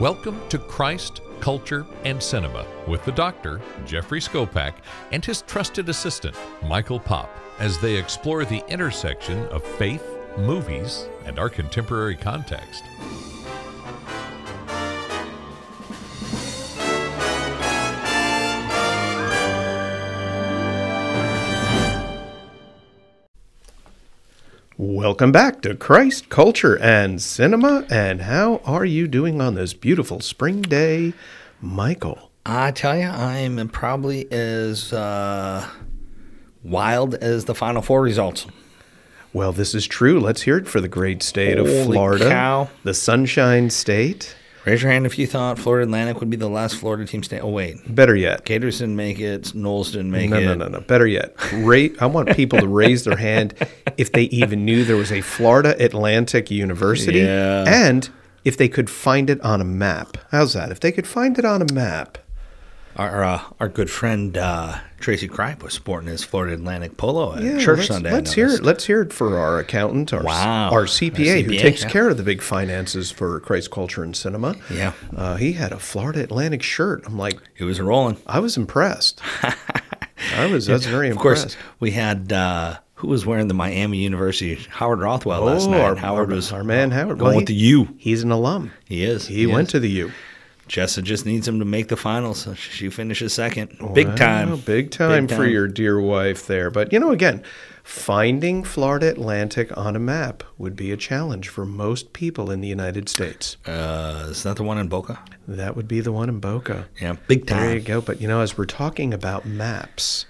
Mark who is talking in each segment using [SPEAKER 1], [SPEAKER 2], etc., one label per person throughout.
[SPEAKER 1] Welcome to Christ, Culture, and Cinema with the doctor, Jeffrey Skopak, and his trusted assistant, Michael Pop, as they explore the intersection of faith, movies, and our contemporary context.
[SPEAKER 2] Welcome back to Christ, Culture, and Cinema. And how are you doing on this beautiful spring day, Michael?
[SPEAKER 3] I tell you, I'm probably as uh, wild as the Final Four results.
[SPEAKER 2] Well, this is true. Let's hear it for the great state of
[SPEAKER 3] Holy
[SPEAKER 2] Florida,
[SPEAKER 3] cow.
[SPEAKER 2] the Sunshine State.
[SPEAKER 3] Raise your hand if you thought Florida Atlantic would be the last Florida team to. Oh wait,
[SPEAKER 2] Better yet,
[SPEAKER 3] Gators didn't make it. Knowles didn't make
[SPEAKER 2] no,
[SPEAKER 3] it.
[SPEAKER 2] no, no, no. Better yet, ra- I want people to raise their hand if they even knew there was a Florida Atlantic University,
[SPEAKER 3] Yeah.
[SPEAKER 2] and if they could find it on a map. How's that? If they could find it on a map.
[SPEAKER 3] Our uh, our good friend uh, Tracy Cripe was sporting his Florida Atlantic polo at
[SPEAKER 2] Yeah,
[SPEAKER 3] church
[SPEAKER 2] let's,
[SPEAKER 3] Sunday. I
[SPEAKER 2] Let's hear it.
[SPEAKER 3] noticed.
[SPEAKER 2] Let's hear it for our accountant, our,
[SPEAKER 3] Wow.
[SPEAKER 2] our, CPA,
[SPEAKER 3] Our
[SPEAKER 2] who
[SPEAKER 3] CPA,
[SPEAKER 2] takes
[SPEAKER 3] yeah.
[SPEAKER 2] care of the big finances for Christ Culture and Cinema.
[SPEAKER 3] Yeah.
[SPEAKER 2] Uh, he had a Florida Atlantic shirt. I'm like,
[SPEAKER 3] He was rolling.
[SPEAKER 2] I was impressed. I was. That's very
[SPEAKER 3] Of course,
[SPEAKER 2] impressed.
[SPEAKER 3] we had uh, who was wearing the Miami University Howard Rothwell last
[SPEAKER 2] Oh,
[SPEAKER 3] night.
[SPEAKER 2] our,
[SPEAKER 3] Howard
[SPEAKER 2] our-
[SPEAKER 3] was
[SPEAKER 2] our man Howard.
[SPEAKER 3] going
[SPEAKER 2] Well,
[SPEAKER 3] with the
[SPEAKER 2] he-
[SPEAKER 3] U.
[SPEAKER 2] He's an alum.
[SPEAKER 3] He is.
[SPEAKER 2] He went
[SPEAKER 3] is.
[SPEAKER 2] to the U.
[SPEAKER 3] Jessa just needs him to make the finals. So she finishes second. Big
[SPEAKER 2] Wow,
[SPEAKER 3] time.
[SPEAKER 2] big time
[SPEAKER 3] Big
[SPEAKER 2] for
[SPEAKER 3] time.
[SPEAKER 2] your dear wife there. But you know, again, finding Florida Atlantic on a map would be a challenge for most people in the United States.
[SPEAKER 3] Uh, is that the one in Boca?
[SPEAKER 2] That would be the one in Boca.
[SPEAKER 3] Yeah, big
[SPEAKER 2] There you
[SPEAKER 3] time.
[SPEAKER 2] go. But you know, as we're talking about maps,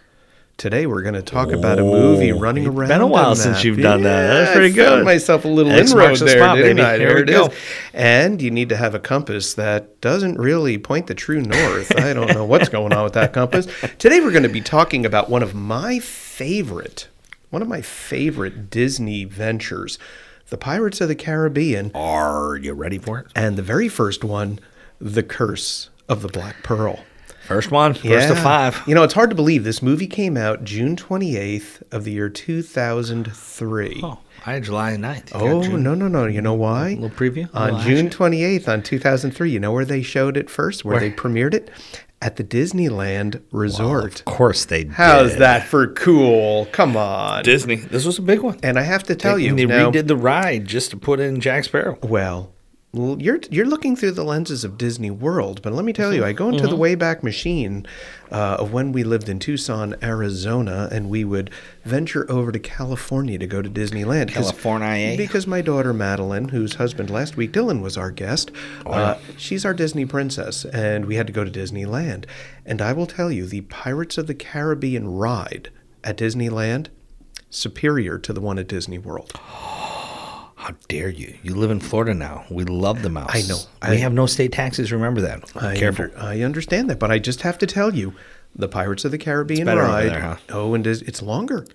[SPEAKER 2] today we're going to talk about a movie running
[SPEAKER 3] Oh, it's
[SPEAKER 2] around.
[SPEAKER 3] been a while
[SPEAKER 2] on
[SPEAKER 3] since
[SPEAKER 2] that.
[SPEAKER 3] you've done that. That's
[SPEAKER 2] Yeah,
[SPEAKER 3] pretty
[SPEAKER 2] I found
[SPEAKER 3] good.
[SPEAKER 2] myself a little
[SPEAKER 3] X
[SPEAKER 2] inroad
[SPEAKER 3] marks the
[SPEAKER 2] there,
[SPEAKER 3] spot,
[SPEAKER 2] didn't
[SPEAKER 3] baby.
[SPEAKER 2] I?
[SPEAKER 3] Here
[SPEAKER 2] There
[SPEAKER 3] we
[SPEAKER 2] it is.
[SPEAKER 3] go.
[SPEAKER 2] And you need to have a compass that doesn't really point the true north. I don't know what's going on with that compass. Today we're going to be talking about one of my favorite, one of my favorite Disney ventures, The Pirates of the Caribbean,
[SPEAKER 3] Are you ready for it?
[SPEAKER 2] and the very first one, The Curse of the Black Pearl.
[SPEAKER 3] First one, first to
[SPEAKER 2] Yeah.
[SPEAKER 3] five.
[SPEAKER 2] You know, it's hard to believe this movie came out June 28th of the year 2003.
[SPEAKER 3] Oh, I had July 9th. You got
[SPEAKER 2] Oh,
[SPEAKER 3] June.
[SPEAKER 2] no, no, no. You know why?
[SPEAKER 3] little preview, a
[SPEAKER 2] On
[SPEAKER 3] little
[SPEAKER 2] June 28th on 2003, you know where they showed it first, where,
[SPEAKER 3] Where?
[SPEAKER 2] they premiered it? At the Disneyland Resort.
[SPEAKER 3] Of course they
[SPEAKER 2] How's
[SPEAKER 3] did.
[SPEAKER 2] that for cool? Come on.
[SPEAKER 3] Disney. This was a big one.
[SPEAKER 2] and I have to tell you,
[SPEAKER 3] and they
[SPEAKER 2] now,
[SPEAKER 3] redid the ride just to put in Jack Sparrow.
[SPEAKER 2] Well, l- you're you're looking through the lenses of Disney World, but let me tell you, I go into the Wayback Machine uh, of when we lived in Tucson, Arizona, and we would venture over to California to go to Disneyland. 'cause-
[SPEAKER 3] California.
[SPEAKER 2] Because my daughter Madeline, whose husband last week Dylan was our guest, uh, she's our Disney princess, and we had to go to Disneyland. And I will tell you, the Pirates of the Caribbean ride at Disneyland superior to the one at Disney World.
[SPEAKER 3] How dare you? You live in Florida now. We love the mouse.
[SPEAKER 2] I know.
[SPEAKER 3] We
[SPEAKER 2] I-
[SPEAKER 3] have no state taxes. Remember that.
[SPEAKER 2] I
[SPEAKER 3] Careful.
[SPEAKER 2] under- I understand that, but I just have to tell you, the Pirates of the Caribbean
[SPEAKER 3] better over
[SPEAKER 2] ride.
[SPEAKER 3] there, huh?
[SPEAKER 2] Oh, and is, it's longer.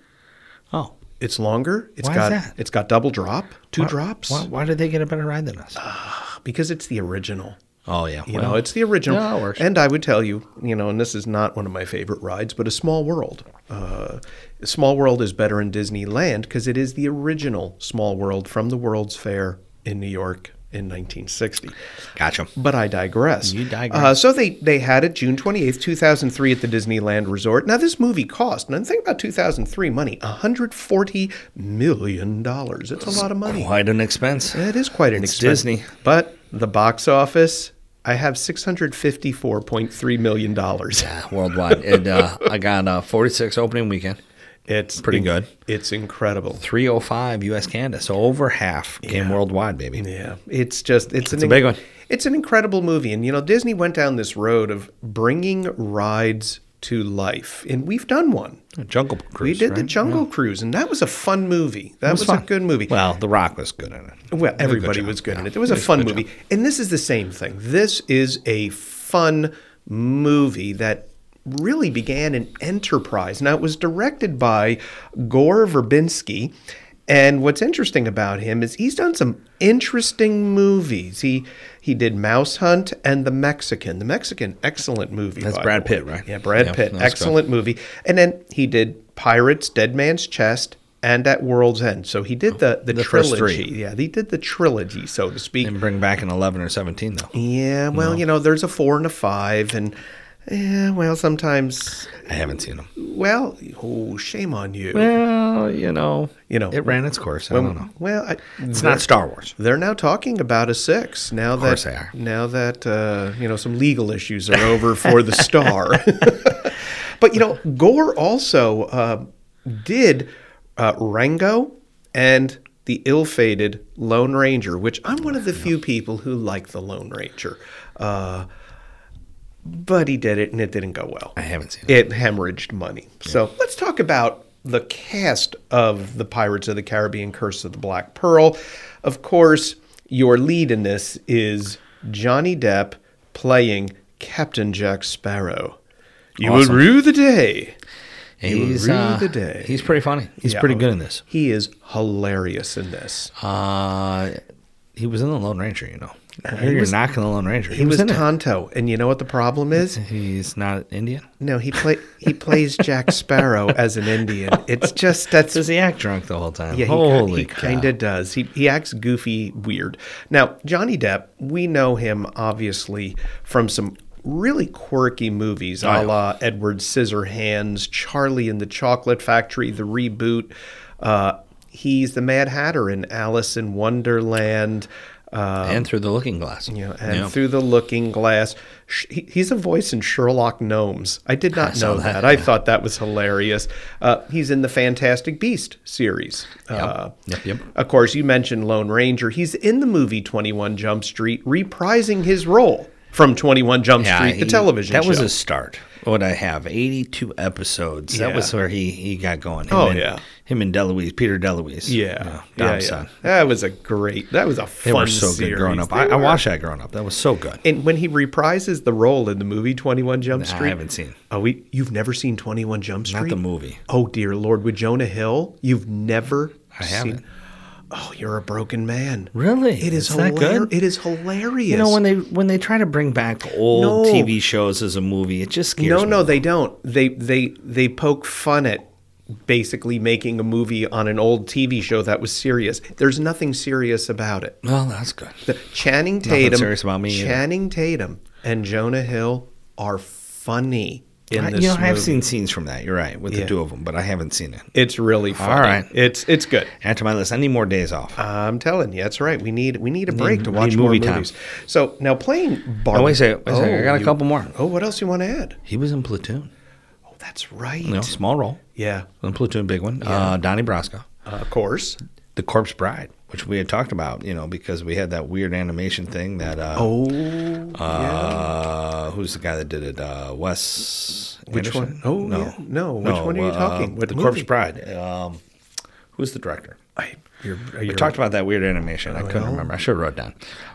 [SPEAKER 3] Oh,
[SPEAKER 2] It's longer. It's
[SPEAKER 3] Why is
[SPEAKER 2] got
[SPEAKER 3] that?
[SPEAKER 2] it's got double drop, two
[SPEAKER 3] Why-
[SPEAKER 2] drops,
[SPEAKER 3] Why, why did they get a better ride than us?
[SPEAKER 2] because it's the original.
[SPEAKER 3] oh yeah.
[SPEAKER 2] Uh, You know, it's the original.
[SPEAKER 3] no, it works.
[SPEAKER 2] And I would tell you, you know, and this is not one of my favorite rides, but A Small World. Uh, Small World is better in Disneyland because it is the original Small World from the World's Fair in New York in 1960.
[SPEAKER 3] gotcha.
[SPEAKER 2] But I digress.
[SPEAKER 3] You digress.
[SPEAKER 2] Uh, so they, they had it June 28th, 2003 at the Disneyland Resort. Now, this movie cost, and I'm thinking about 2003 money, $140 million. It's a lot of money.
[SPEAKER 3] Quite an expense.
[SPEAKER 2] That is quite an
[SPEAKER 3] It's
[SPEAKER 2] expense.
[SPEAKER 3] Disney.
[SPEAKER 2] But the box office, I have $654.3 million.
[SPEAKER 3] Yeah, worldwide. and uh, I got uh, 46 opening weekend, oh
[SPEAKER 2] It's
[SPEAKER 3] Pretty good.
[SPEAKER 2] It's incredible.
[SPEAKER 3] 305 US Canada. So over half came worldwide, baby.
[SPEAKER 2] Yeah, it's just it's, an
[SPEAKER 3] a big one.
[SPEAKER 2] It's an incredible movie, and you know Disney went down this road of bringing rides to life, and we've done one.
[SPEAKER 3] Jungle Cruise.
[SPEAKER 2] we did the
[SPEAKER 3] right?
[SPEAKER 2] Jungle Cruise, and that was a fun movie. That was, a
[SPEAKER 3] fun.
[SPEAKER 2] good movie.
[SPEAKER 3] Well, The Rock was good in it.
[SPEAKER 2] Well,
[SPEAKER 3] Did a good
[SPEAKER 2] everybody
[SPEAKER 3] job.
[SPEAKER 2] was good in
[SPEAKER 3] Yeah,
[SPEAKER 2] it. It was a
[SPEAKER 3] did
[SPEAKER 2] fun
[SPEAKER 3] good
[SPEAKER 2] movie,
[SPEAKER 3] job.
[SPEAKER 2] and this is the same thing. This is a fun movie that really began an enterprise. Now, it was directed by Gore Verbinski, and what's interesting about him is he's done some interesting movies. He he did Mouse Hunt and The Mexican. The Mexican, excellent movie.
[SPEAKER 3] That's
[SPEAKER 2] by
[SPEAKER 3] Brad
[SPEAKER 2] the way.
[SPEAKER 3] Pitt, right?
[SPEAKER 2] Yeah, Brad
[SPEAKER 3] Yeah,
[SPEAKER 2] Pitt,
[SPEAKER 3] that's good.
[SPEAKER 2] excellent movie. And then he did Pirates, Dead Man's Chest, and at World's End. So he did the, the,
[SPEAKER 3] Oh, The first
[SPEAKER 2] trilogy.
[SPEAKER 3] three.
[SPEAKER 2] Yeah, he did the trilogy, so to speak.
[SPEAKER 3] Didn't bring back an 11 or 17, though.
[SPEAKER 2] yeah, well, you know, there's a four and a five, and yeah, well, sometimes,
[SPEAKER 3] I haven't seen them.
[SPEAKER 2] well, oh, shame on you.
[SPEAKER 3] Well, you know.
[SPEAKER 2] You know.
[SPEAKER 3] It ran its course. I don't know.
[SPEAKER 2] Well, I,
[SPEAKER 3] It's not Star Wars.
[SPEAKER 2] They're now talking about a six now that
[SPEAKER 3] course they are.
[SPEAKER 2] now that uh, you know some legal issues are over for the star. but you know, Gore also uh, did uh, Rango and the ill-fated Lone Ranger, which I'm one of the few people who like the Lone Ranger. Uh, but he did it, and it didn't go well.
[SPEAKER 3] I haven't seen it.
[SPEAKER 2] It hemorrhaged money. So let's talk about the cast of the Pirates of the Caribbean Curse of the Black Pearl. Of course, your lead in this is Johnny Depp playing Captain Jack Sparrow. You
[SPEAKER 3] Awesome.
[SPEAKER 2] will rue the day. You will
[SPEAKER 3] He's,
[SPEAKER 2] rue
[SPEAKER 3] uh,
[SPEAKER 2] the day.
[SPEAKER 3] he's pretty funny. He's
[SPEAKER 2] Yeah.
[SPEAKER 3] pretty good in this.
[SPEAKER 2] He is hilarious in this.
[SPEAKER 3] Uh, he was in the Lone Ranger, you know. I hear
[SPEAKER 2] he
[SPEAKER 3] you're
[SPEAKER 2] was-
[SPEAKER 3] knocking the Lone Ranger.
[SPEAKER 2] he was
[SPEAKER 3] in it.
[SPEAKER 2] Tonto, and you know what the problem is?
[SPEAKER 3] He's not Indian.
[SPEAKER 2] No, he play he plays Jack Sparrow as an Indian. It's just that's
[SPEAKER 3] Does he act drunk the whole time?
[SPEAKER 2] Yeah, he,
[SPEAKER 3] Holy cow.
[SPEAKER 2] kind of does. He, he acts goofy, weird. Now, Johnny Depp, we know him obviously from some really quirky movies,
[SPEAKER 3] Oh,
[SPEAKER 2] a la Edward Scissorhands, Charlie and the Chocolate Factory, the reboot. Uh, he's the Mad Hatter in Alice in Wonderland. Uh,
[SPEAKER 3] and through the looking glass.
[SPEAKER 2] you know, and
[SPEAKER 3] Yeah.
[SPEAKER 2] through the looking glass, Sh- he, he's a voice in Sherlock Gnomes. I did not
[SPEAKER 3] saw
[SPEAKER 2] know that.
[SPEAKER 3] that,
[SPEAKER 2] I
[SPEAKER 3] yeah.
[SPEAKER 2] thought that was hilarious. Uh, he's in the Fantastic Beast series. Uh,
[SPEAKER 3] Yep, yep.
[SPEAKER 2] Of course, you mentioned Lone Ranger. He's in the movie 21 Jump Street, reprising his role from 21 Jump
[SPEAKER 3] Yeah,
[SPEAKER 2] Street, the
[SPEAKER 3] he-
[SPEAKER 2] television
[SPEAKER 3] That
[SPEAKER 2] show.
[SPEAKER 3] was his start. What I have, eighty-two episodes. That
[SPEAKER 2] Yeah.
[SPEAKER 3] was where he he got going. Him
[SPEAKER 2] Oh,
[SPEAKER 3] and,
[SPEAKER 2] yeah.
[SPEAKER 3] him and Deloise, Peter Deloise.
[SPEAKER 2] yeah,
[SPEAKER 3] Dom's
[SPEAKER 2] yeah, yeah.
[SPEAKER 3] son.
[SPEAKER 2] That was a great. That was a
[SPEAKER 3] They
[SPEAKER 2] fun
[SPEAKER 3] were so
[SPEAKER 2] series.
[SPEAKER 3] good growing up.
[SPEAKER 2] They
[SPEAKER 3] I, I
[SPEAKER 2] were.
[SPEAKER 3] watched that growing up. That was so good.
[SPEAKER 2] And when he reprises the role in the movie 21 Jump
[SPEAKER 3] I
[SPEAKER 2] Street,
[SPEAKER 3] haven't seen.
[SPEAKER 2] Oh, we, you've never seen 21 Jump Street?
[SPEAKER 3] the movie.
[SPEAKER 2] Oh, dear Lord, with Jonah Hill? You've never
[SPEAKER 3] I
[SPEAKER 2] seen
[SPEAKER 3] haven't.
[SPEAKER 2] Oh, you're a broken man.
[SPEAKER 3] Really?
[SPEAKER 2] It is
[SPEAKER 3] It's that
[SPEAKER 2] hilarious.
[SPEAKER 3] good?
[SPEAKER 2] It is hilarious.
[SPEAKER 3] You know when they when they try to bring back old
[SPEAKER 2] No.
[SPEAKER 3] TV shows as a movie, it just scares
[SPEAKER 2] No,
[SPEAKER 3] me.
[SPEAKER 2] no, they don't. They they they poke fun at basically making a movie on an old TV show that was serious. There's nothing serious about it.
[SPEAKER 3] Well, that's good.
[SPEAKER 2] The Channing Tatum,
[SPEAKER 3] serious about me either.
[SPEAKER 2] Channing Tatum and Jonah Hill are funny in
[SPEAKER 3] I,
[SPEAKER 2] this
[SPEAKER 3] you know, I have
[SPEAKER 2] movie.
[SPEAKER 3] seen scenes from that. You're right with
[SPEAKER 2] Yeah.
[SPEAKER 3] the two of them, but I haven't seen it.
[SPEAKER 2] It's really funny.
[SPEAKER 3] right.
[SPEAKER 2] It's it's good.
[SPEAKER 3] Add to my list. I need more days off.
[SPEAKER 2] I'm telling you, that's right. We need we need a break to
[SPEAKER 3] need
[SPEAKER 2] watch
[SPEAKER 3] movie
[SPEAKER 2] more
[SPEAKER 3] time.
[SPEAKER 2] movies. So now playing Barbie.
[SPEAKER 3] Oh, wait a second, wait a second. I got a couple more.
[SPEAKER 2] Oh, what else you want to add?
[SPEAKER 3] he was in Platoon.
[SPEAKER 2] Oh, that's right.
[SPEAKER 3] You know, small role.
[SPEAKER 2] Yeah,
[SPEAKER 3] In Platoon, big one. Uh, Donnie Brasco.
[SPEAKER 2] uh, of course.
[SPEAKER 3] The Corpse Bride, which we had talked about, you know, because we had that weird animation thing that. Uh,
[SPEAKER 2] Oh,
[SPEAKER 3] Uh, who's the guy that did it? Uh, Wes.
[SPEAKER 2] Which one? Oh,
[SPEAKER 3] no, uh,
[SPEAKER 2] yeah. No, which one are you talking? What
[SPEAKER 3] the
[SPEAKER 2] movie?
[SPEAKER 3] Corpse Bride. Um, who's the director?
[SPEAKER 2] I, you're,
[SPEAKER 3] We
[SPEAKER 2] you're- Oh,
[SPEAKER 3] talked about that weird animation. I couldn't remember. I should have wrote it down.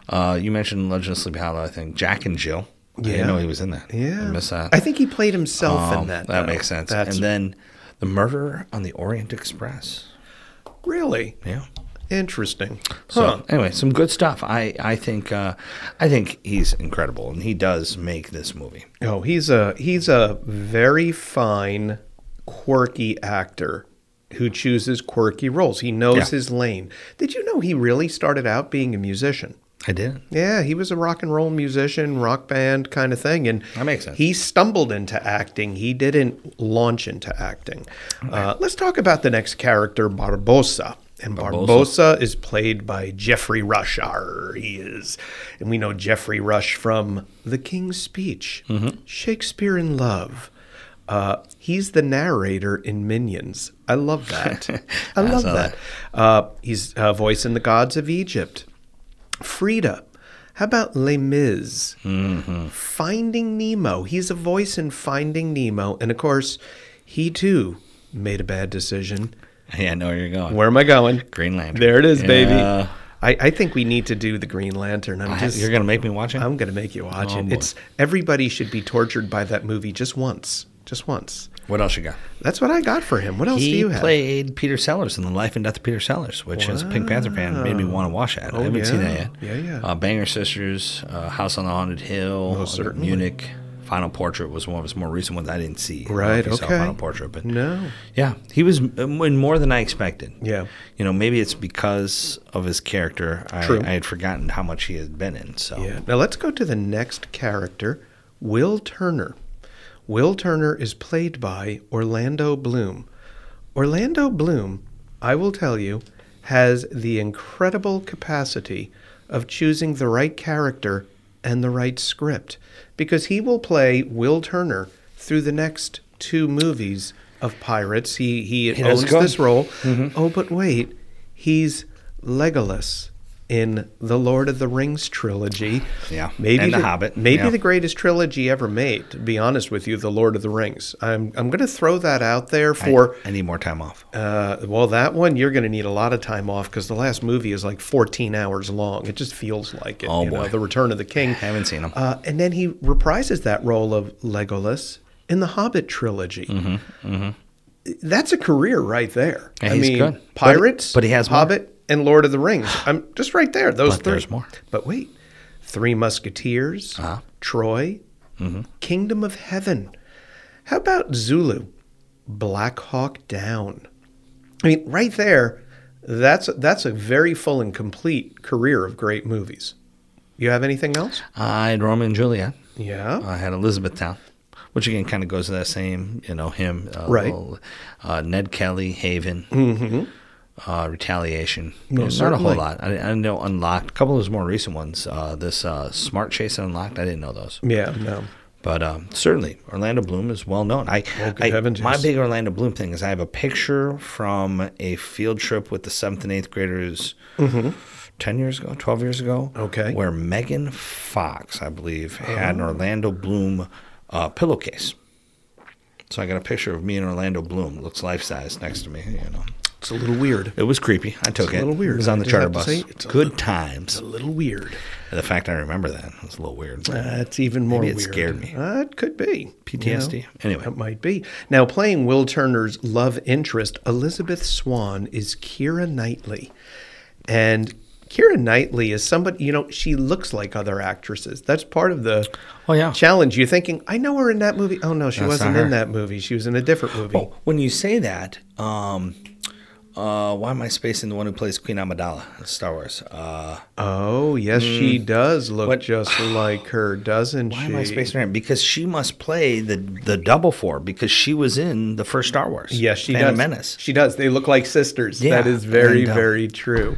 [SPEAKER 3] Uh, you mentioned Legend of Sleepy Hollow. I think Jack and Jill. Yeah, I
[SPEAKER 2] Yeah.
[SPEAKER 3] didn't know he was in that.
[SPEAKER 2] Yeah,
[SPEAKER 3] I missed that.
[SPEAKER 2] I think he played himself in
[SPEAKER 3] Um,
[SPEAKER 2] that.
[SPEAKER 3] that
[SPEAKER 2] though.
[SPEAKER 3] makes sense.
[SPEAKER 2] That's
[SPEAKER 3] and then the murder on the Orient Express.
[SPEAKER 2] really
[SPEAKER 3] Yeah.
[SPEAKER 2] interesting. Huh.
[SPEAKER 3] So anyway, some good stuff. I I think uh, I think he's incredible, and he does make this movie.
[SPEAKER 2] Oh, he's a he's a very fine, quirky actor who chooses quirky roles. He knows
[SPEAKER 3] Yeah.
[SPEAKER 2] his lane. Did you know he really started out being a musician?
[SPEAKER 3] I did.
[SPEAKER 2] Yeah, he was a rock and roll musician, rock band kind of thing, and
[SPEAKER 3] That makes sense.
[SPEAKER 2] He stumbled into acting. He didn't launch into acting. Uh, let's talk about the next character, Barbosa. And Barbosa, is played by Jeffrey Rush. Arr, he is, and we know Jeffrey Rush from The King's Speech,
[SPEAKER 3] Mm-hmm.
[SPEAKER 2] Shakespeare in Love. Uh, he's the narrator in Minions. I love that. I love
[SPEAKER 3] saw
[SPEAKER 2] that. Uh, he's a voice in The Gods of Egypt. Frida. How about Les Mis?
[SPEAKER 3] Mm-hmm.
[SPEAKER 2] Finding Nemo. He's a voice in Finding Nemo. And of course, he too made a bad decision.
[SPEAKER 3] Yeah, I know where you're going.
[SPEAKER 2] Where am I going?
[SPEAKER 3] Green Lantern. uh,
[SPEAKER 2] There it is, baby.
[SPEAKER 3] Yeah.
[SPEAKER 2] I, I think we need to do the Green Lantern. I'm
[SPEAKER 3] I-
[SPEAKER 2] just.
[SPEAKER 3] you're gonna make me watch it.
[SPEAKER 2] I'm going to make you watch
[SPEAKER 3] Oh,
[SPEAKER 2] it.
[SPEAKER 3] boy.
[SPEAKER 2] It's everybody should be tortured by that movie just once, just once.
[SPEAKER 3] what else you got?
[SPEAKER 2] That's what I got for him. What else do
[SPEAKER 3] He
[SPEAKER 2] you have?
[SPEAKER 3] played Peter Sellers in The Life and Death of Peter Sellers, which as a Pink Panther fan made me want to watch that. I haven't seen that
[SPEAKER 2] Oh, yeah.
[SPEAKER 3] yet.
[SPEAKER 2] Yeah, yeah.
[SPEAKER 3] Uh, Banger Sisters, uh, House on the Haunted Hill,
[SPEAKER 2] certainly.
[SPEAKER 3] Munich, Final Portrait was one of his more recent ones I didn't see. I don't know
[SPEAKER 2] Right,
[SPEAKER 3] if you saw
[SPEAKER 2] okay.
[SPEAKER 3] Final Portrait, but
[SPEAKER 2] No.
[SPEAKER 3] yeah, he was um, in more than I expected.
[SPEAKER 2] Yeah.
[SPEAKER 3] You know, maybe it's because of his character. I,
[SPEAKER 2] True.
[SPEAKER 3] I had forgotten how much he had been in. So
[SPEAKER 2] Yeah. Now let's go to the next character, Will Turner. Will Turner is played by Orlando Bloom. Orlando Bloom, I will tell you, has the incredible capacity of choosing the right character and the right script because he will play Will Turner through the next two movies of Pirates. He he,
[SPEAKER 3] He does
[SPEAKER 2] owns
[SPEAKER 3] go. Mm-hmm.
[SPEAKER 2] this role. Oh, but wait, he's Legolas in the Lord of the Rings trilogy.
[SPEAKER 3] Yeah,
[SPEAKER 2] maybe
[SPEAKER 3] and The Hobbit,
[SPEAKER 2] Maybe
[SPEAKER 3] yeah.
[SPEAKER 2] the greatest trilogy ever made. To be honest with you, the Lord of the Rings. I'm I'm going to throw that out there
[SPEAKER 3] I-
[SPEAKER 2] for.
[SPEAKER 3] I, need more time off.
[SPEAKER 2] Uh, well, that one you're going to need a lot of time off because the last movie is like 14 hours long. It just feels like it.
[SPEAKER 3] Oh,
[SPEAKER 2] you know,
[SPEAKER 3] boy.
[SPEAKER 2] the Return of the King.
[SPEAKER 3] Haven't seen 'em.
[SPEAKER 2] Uh, and then he reprises that role of Legolas in the Hobbit trilogy. That's a career right there.
[SPEAKER 3] Mm-hmm, Yeah,
[SPEAKER 2] I
[SPEAKER 3] he's
[SPEAKER 2] mean,
[SPEAKER 3] good. But-
[SPEAKER 2] Pirates,
[SPEAKER 3] but he has more.
[SPEAKER 2] Hobbit, and Lord of the Rings. I'm just right there. Those
[SPEAKER 3] But
[SPEAKER 2] three.
[SPEAKER 3] there's more. Uh-huh.
[SPEAKER 2] But wait, Three Musketeers, Troy,
[SPEAKER 3] Mm-hmm.
[SPEAKER 2] Kingdom of Heaven. How about Zulu, Black Hawk Down? I mean, right there, that's that's a very full and complete career of great movies. You have anything else?
[SPEAKER 3] I had Romeo and Juliet.
[SPEAKER 2] Yeah.
[SPEAKER 3] I had Elizabethtown, which again kind of goes to that same, you know, him, uh,
[SPEAKER 2] Right.
[SPEAKER 3] little, uh, Ned Kelly, Haven, uh, Retaliation. But not a
[SPEAKER 2] certainly.
[SPEAKER 3] whole lot. I, I know Unlocked, a couple of his more recent ones. Uh, this uh, Smart Chase and Unlocked, I didn't know those,
[SPEAKER 2] yeah. No.
[SPEAKER 3] but um, certainly Orlando Bloom is well known. I,
[SPEAKER 2] good
[SPEAKER 3] I
[SPEAKER 2] heavens,
[SPEAKER 3] my
[SPEAKER 2] yes.
[SPEAKER 3] big Orlando Bloom thing is I have a picture from a field trip with the seventh and eighth graders. 10 years ago, 12 years ago.
[SPEAKER 2] Mm-hmm. Okay. Oh.
[SPEAKER 3] Where Megan Fox, I believe, had an Orlando Bloom uh, pillowcase. So I got a picture of me and Orlando Bloom. Looks life size next to me, you know.
[SPEAKER 2] It's a little weird.
[SPEAKER 3] It was creepy. I took
[SPEAKER 2] a
[SPEAKER 3] it.
[SPEAKER 2] little weird.
[SPEAKER 3] It was
[SPEAKER 2] I
[SPEAKER 3] on the
[SPEAKER 2] do
[SPEAKER 3] charter
[SPEAKER 2] have to
[SPEAKER 3] bus.
[SPEAKER 2] say, it's a
[SPEAKER 3] Good times.
[SPEAKER 2] A little weird.
[SPEAKER 3] And the fact I remember that was a little weird. but
[SPEAKER 2] That's even more
[SPEAKER 3] Maybe it
[SPEAKER 2] weird.
[SPEAKER 3] scared me.
[SPEAKER 2] Uh, it could be.
[SPEAKER 3] PTSD. Anyway.
[SPEAKER 2] It might be. Now, playing Will Turner's love interest, Elizabeth Swan, is Kira Knightley. And Kira Knightley is somebody, you know, she looks like other actresses. That's part of the
[SPEAKER 3] Oh, yeah.
[SPEAKER 2] challenge. You're thinking, I know her in that movie. Oh, no, she
[SPEAKER 3] That's
[SPEAKER 2] wasn't
[SPEAKER 3] not
[SPEAKER 2] in
[SPEAKER 3] her.
[SPEAKER 2] that movie. She was in a different movie.
[SPEAKER 3] Oh, when you say that, um, uh, why am I spacing the one who plays Queen Amidala in Star Wars? Uh,
[SPEAKER 2] Oh, yes, she does look
[SPEAKER 3] Mm. What-
[SPEAKER 2] just like her, doesn't
[SPEAKER 3] why
[SPEAKER 2] she?
[SPEAKER 3] am I spacing her? Because she must play the the double four because she was in the first Star Wars.
[SPEAKER 2] Yes, she
[SPEAKER 3] Phantom
[SPEAKER 2] does.
[SPEAKER 3] Menace.
[SPEAKER 2] She does. They look like sisters.
[SPEAKER 3] Yeah,
[SPEAKER 2] that is very,
[SPEAKER 3] and, uh,
[SPEAKER 2] very true.